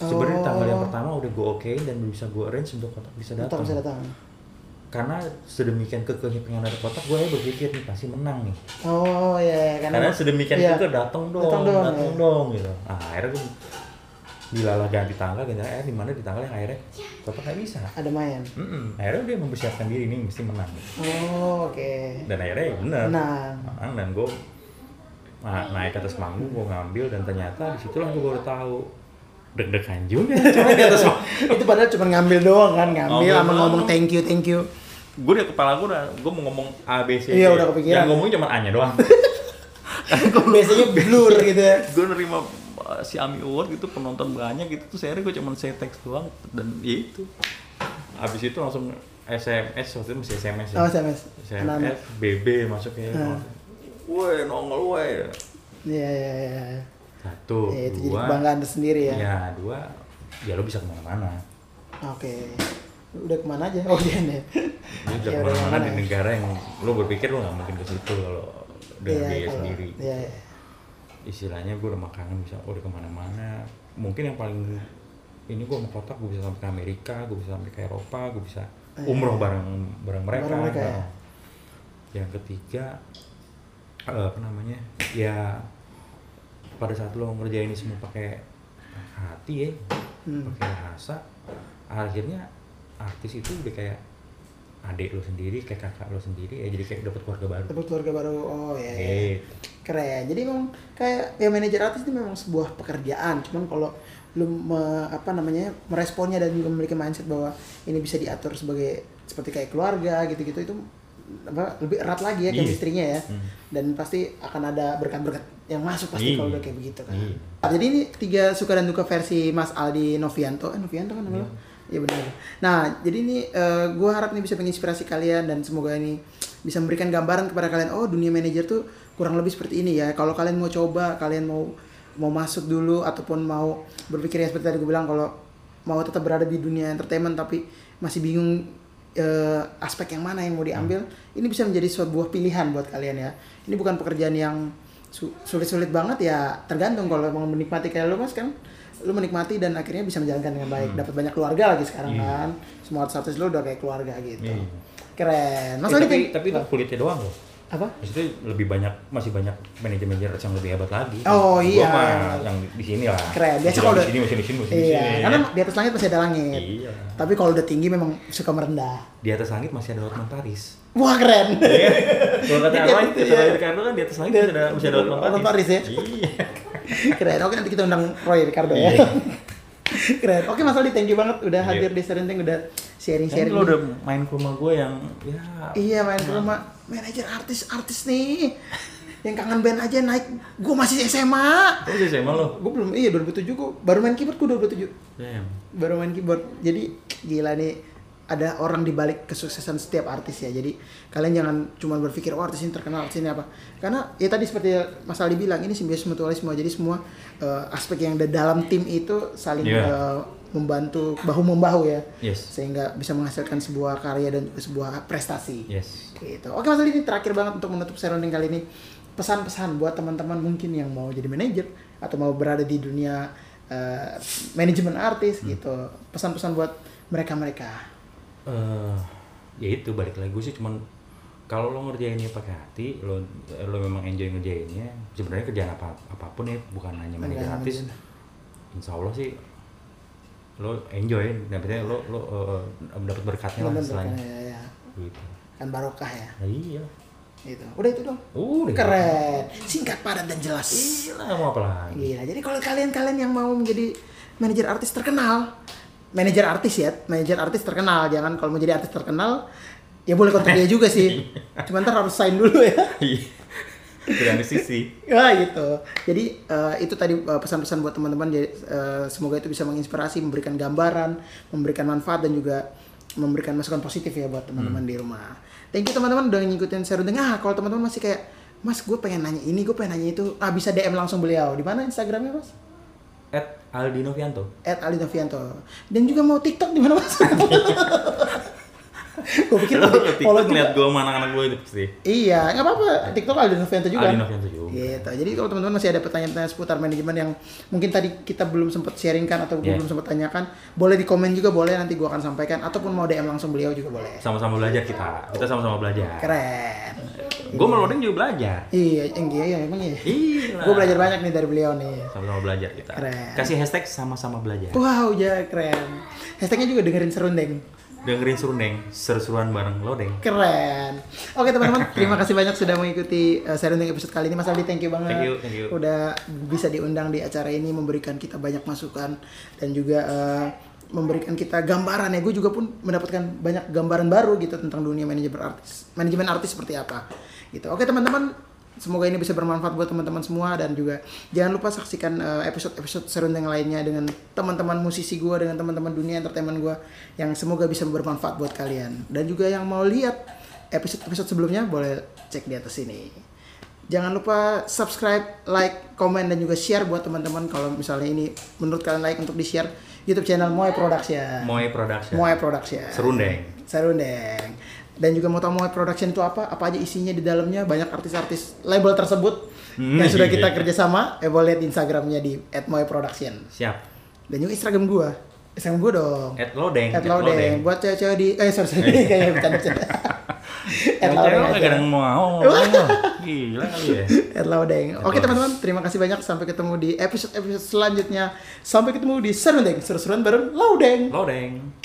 Speaker 2: sebenarnya
Speaker 1: Oh.
Speaker 2: tanggal yang pertama udah gue okein dan bisa gue arrange untuk kotak bisa
Speaker 1: Tetap
Speaker 2: datang
Speaker 1: bisa datang
Speaker 2: karena sedemikian kekehnya pengen ada kotak gue berpikir nih pasti menang nih
Speaker 1: oh iya iya,
Speaker 2: karena sedemikian
Speaker 1: iya.
Speaker 2: juga datang dong
Speaker 1: Datang
Speaker 2: datang
Speaker 1: dong,
Speaker 2: dong,
Speaker 1: ya.
Speaker 2: gitu nah, akhirnya gue dilalah ganti tanggal ganti tanggal eh, di mana di tanggal yang akhirnya tetap nggak bisa
Speaker 1: ada main
Speaker 2: Mm-mm. akhirnya dia mempersiapkan diri nih mesti menang
Speaker 1: oh oke
Speaker 2: dan akhirnya ya benar
Speaker 1: nah
Speaker 2: menang dan gue naik ke atas panggung gue ngambil dan ternyata disitulah gue baru tahu deg-degan juga coy, di atas panggung
Speaker 1: itu padahal cuma ngambil doang kan ngambil
Speaker 2: Oh, Ngambil
Speaker 1: sama
Speaker 2: doang.
Speaker 1: ngomong thank you thank you
Speaker 2: gue di kepala gue udah gue mau ngomong A B C
Speaker 1: Iya,
Speaker 2: D.
Speaker 1: udah kepikiran.
Speaker 2: yang ngomongnya cuma A nya doang
Speaker 1: biasanya blur gitu ya
Speaker 2: gue nerima uh, si Ami Award gitu penonton banyak gitu terus akhirnya gue cuman say teks doang dan ya itu abis itu langsung SMS waktu itu masih SMS ya
Speaker 1: oh sms
Speaker 2: SMS BB masuknya
Speaker 1: Hmm.
Speaker 2: woi nongol woi
Speaker 1: iya iya iya iya.
Speaker 2: satu
Speaker 1: ya itu jadi
Speaker 2: dua
Speaker 1: kebanggaan tersendiri ya
Speaker 2: ya dua ya lo bisa kemana-mana
Speaker 1: Ah, oke udah kemana aja oh iya nih
Speaker 2: lo bisa
Speaker 1: Ya, udah
Speaker 2: kemana-mana
Speaker 1: kemana
Speaker 2: di
Speaker 1: ya.
Speaker 2: negara yang lo berpikir lo nggak mungkin ke situ kalau dengan
Speaker 1: Iya,
Speaker 2: biaya
Speaker 1: kalau-
Speaker 2: sendiri
Speaker 1: iya iya.
Speaker 2: istilahnya gue udah makanan bisa udah kemana-mana mungkin yang paling ini gue mau kotak gue bisa sampai ke Amerika gue bisa sampai ke Eropa gue bisa umroh bareng bareng
Speaker 1: Oh, iya.
Speaker 2: mereka, Nah,
Speaker 1: Bareng mereka, ya.
Speaker 2: yang ketiga eh, apa namanya ya pada saat lo ngerjain ini semua pakai hati ya
Speaker 1: Hmm.
Speaker 2: pakai rasa akhirnya artis itu udah kayak adik lo sendiri kayak kakak lo sendiri ya jadi kayak dapet keluarga baru
Speaker 1: Dapat keluarga baru. Oh iya. iya.
Speaker 2: Eh,
Speaker 1: Keren. Jadi memang kayak ya manajer artis itu memang sebuah pekerjaan. Cuman kalau lu me- apa namanya meresponnya dan juga memiliki mindset bahwa ini bisa diatur sebagai seperti kayak keluarga gitu-gitu itu apa, lebih erat lagi ya
Speaker 2: Iya.
Speaker 1: chemistry-nya ya.
Speaker 2: Hmm.
Speaker 1: Dan pasti akan ada berkat-berkat yang masuk pasti
Speaker 2: Iya.
Speaker 1: kalau udah kayak begitu kan.
Speaker 2: Iya.
Speaker 1: Nah, Jadi ini tiga suka dan duka versi Mas Aldi Novianto. Eh, Novianto kan namanya? Iya benar. Nah, jadi ini eh, gua harap nih bisa menginspirasi kalian dan semoga ini bisa memberikan gambaran kepada kalian. Oh, dunia manajer tuh kurang lebih seperti ini ya. Kalau kalian mau coba, kalian mau mau masuk dulu ataupun mau berpikir ya seperti tadi gue bilang kalau mau tetap berada di dunia entertainment tapi masih bingung eh, aspek yang mana yang mau diambil, ini bisa menjadi sebuah pilihan buat kalian ya. Ini bukan pekerjaan yang su- sulit-sulit banget ya tergantung kalau emang menikmati kayak lu mas kan lu menikmati dan akhirnya bisa menjalankan dengan baik dapat banyak keluarga lagi sekarang
Speaker 2: Hmm. Iya.
Speaker 1: kan semua artis lu udah kayak keluarga gitu
Speaker 2: Iya.
Speaker 1: keren mas
Speaker 2: eh,
Speaker 1: Ali
Speaker 2: tapi,
Speaker 1: peng-
Speaker 2: tapi itu kulitnya doang loh
Speaker 1: apa
Speaker 2: Maksudnya lebih banyak masih banyak manajer manajer yang lebih hebat lagi.
Speaker 1: Oh, iya.
Speaker 2: Gua mah yang di- di sini lah.
Speaker 1: Keren. Biasa
Speaker 2: Masih
Speaker 1: kalau
Speaker 2: di sini masih di sini masih di
Speaker 1: iya
Speaker 2: sini.
Speaker 1: karena di atas langit masih ada langit
Speaker 2: Iya.
Speaker 1: tapi kalau udah tinggi memang suka merendah
Speaker 2: Di atas langit masih ada Hotman Paris.
Speaker 1: wah keren
Speaker 2: Iya. Kalau kata
Speaker 1: Iya,
Speaker 2: yang lain,
Speaker 1: iya.
Speaker 2: kata lain Ricardo kan di atas langit masih ada masih ada Hotman Paris.
Speaker 1: Hotman Paris, ya?
Speaker 2: Iya.
Speaker 1: keren oke nanti kita undang Roy Ricardo ya
Speaker 2: Iya.
Speaker 1: keren oke mas Aldi thank you banget udah
Speaker 2: Iya.
Speaker 1: hadir di Serenteng udah sharing
Speaker 2: Kan
Speaker 1: sharing
Speaker 2: lo udah main ke rumah gue yang ya
Speaker 1: Iya main ke rumah manajer artis-artis nih. Yang kangen band aja naik. Gue masih SMA.
Speaker 2: Terus sih emang lo.
Speaker 1: Gue belum iya 2007 gue baru main keyboard gue 2007.
Speaker 2: Damn.
Speaker 1: Baru main keyboard. Jadi gila nih ada orang di balik kesuksesan setiap artis ya. Jadi kalian jangan cuma berpikir oh artis ini terkenal, artis ini apa. Karena ya tadi seperti Mas Ali bilang ini simbiosis mutualisme. Jadi semua eh, aspek yang ada dalam tim itu saling
Speaker 2: Iya.
Speaker 1: eh, membantu bahu membahu ya.
Speaker 2: Yes.
Speaker 1: Sehingga bisa menghasilkan sebuah karya dan juga sebuah prestasi
Speaker 2: Yes.
Speaker 1: gitu oke mas Ali ini terakhir banget untuk menutup sharing kali ini pesan-pesan buat teman-teman mungkin yang mau jadi manajer atau mau berada di dunia eh, manajemen artis
Speaker 2: Hmm.
Speaker 1: gitu pesan-pesan buat mereka-mereka
Speaker 2: eh ya itu balik lagi gue sih cuman kalau lo ngerjainnya pakai hati lo lo memang enjoy ngerjainnya sebenarnya kerjaan apa apapun ya bukan hanya manajer
Speaker 1: Kerjaan
Speaker 2: artis insya allah sih lo enjoy dapetnya lo lo dapat berkatnya lah
Speaker 1: Teman-teman
Speaker 2: Ya, selain
Speaker 1: berkah, ya, ya.
Speaker 2: gitu
Speaker 1: kan barokah ya
Speaker 2: Nah, iya Uh,
Speaker 1: Gitu. Udah itu dong.
Speaker 2: Udah.
Speaker 1: Keren. Singkat, padat dan jelas.
Speaker 2: Gila Iya mau apa lagi?
Speaker 1: Gila. Jadi kalau kalian-kalian yang mau menjadi manajer artis terkenal, manajer artis ya, manajer artis terkenal, jangan kalau mau jadi artis terkenal ya boleh kontak dia juga sih. Cuman ntar harus sign dulu ya.
Speaker 2: Iya. Tidak ada sisi.
Speaker 1: Ya gitu. Jadi eh, itu tadi eh, pesan-pesan buat teman-teman. Jadi, eh, semoga itu bisa menginspirasi, memberikan gambaran, memberikan manfaat dan juga memberikan masukan positif ya buat teman-teman
Speaker 2: Hmm.
Speaker 1: di rumah. Thank you teman-teman udah ngikutin Serundeng. Ah kalau teman-teman masih kayak Mas gue pengen nanya ini, gue pengen nanya itu. Ah bisa DM langsung beliau. Di mana Instagramnya Mas?
Speaker 2: At Aldino Vianto.
Speaker 1: At Ali Novianto. Dan juga mau TikTok di mana Mas? gue pikir
Speaker 2: Lo
Speaker 1: follow
Speaker 2: TikTok
Speaker 1: juga.
Speaker 2: ngeliat gue sama anak-anak gue itu pasti.
Speaker 1: Iya, nggak apa-apa. TikTok Ali Novianto juga.
Speaker 2: Aldino Vianto juga. Iya.
Speaker 1: Gitu. Jadi kalau teman-teman masih ada pertanyaan-pertanyaan seputar manajemen yang mungkin tadi kita belum sempat sharingkan atau gua
Speaker 2: Yeah.
Speaker 1: belum sempat tanyakan, boleh di komen juga boleh nanti gua akan sampaikan ataupun mau DM langsung beliau juga boleh.
Speaker 2: Sama-sama belajar kita. Kita sama-sama belajar.
Speaker 1: Keren.
Speaker 2: Gue meloading juga belajar.
Speaker 1: Iya, yang iya, iya, emang iya.
Speaker 2: Iya.
Speaker 1: Gue belajar banyak nih dari beliau nih.
Speaker 2: Sama-sama belajar kita.
Speaker 1: Keren.
Speaker 2: Kasih hashtag sama-sama belajar.
Speaker 1: Wow, ya keren. Hashtagnya juga dengerin serundeng.
Speaker 2: Dengerin surundeng, seru-seruan bareng lodeng.
Speaker 1: Keren. Oke teman-teman, terima kasih banyak sudah mengikuti uh, serundeng episode kali ini. Mas Aldi, thank you banget.
Speaker 2: Thank you, thank you.
Speaker 1: udah bisa diundang di acara ini memberikan kita banyak masukan dan juga eh, memberikan kita gambaran ya gue juga pun mendapatkan banyak gambaran baru gitu tentang dunia manajemen artis manajemen artis seperti apa gitu oke teman-teman semoga ini bisa bermanfaat buat teman-teman semua dan juga jangan lupa saksikan eh, episode-episode serundeng lainnya dengan teman-teman musisi gue dengan teman-teman dunia entertainment gue yang semoga bisa bermanfaat buat kalian dan juga yang mau lihat episode-episode sebelumnya boleh cek di atas ini Jangan lupa subscribe, like, komen, dan juga share buat teman-teman kalau misalnya ini menurut kalian like untuk di-share YouTube channel Moe Production.
Speaker 2: Moe Production.
Speaker 1: Moe Production.
Speaker 2: Serundeng.
Speaker 1: Serundeng. Dan juga mau tahu Moe Production itu apa? Apa aja isinya di dalamnya? Banyak artis-artis label tersebut
Speaker 2: Hmm,
Speaker 1: yang sudah kita
Speaker 2: iya.
Speaker 1: kerjasama. Eh, boleh lihat di Instagramnya di @moeproduction.
Speaker 2: Siap.
Speaker 1: Dan juga Instagram gua. Instagram gua dong.
Speaker 2: At lodeng.
Speaker 1: At Laudeng. Buat cewek-cewek di eh sorry, sorry. kayak bercanda-bercanda. At Laudeng
Speaker 2: Cewek-cewek
Speaker 1: aja.
Speaker 2: kadang mau. Gila kali ya.
Speaker 1: At Laudeng. Oke teman-teman, terima kasih banyak. Sampai ketemu di episode-episode selanjutnya. Sampai ketemu di Serundeng, seru-seruan bareng Laudeng.
Speaker 2: Lodeng.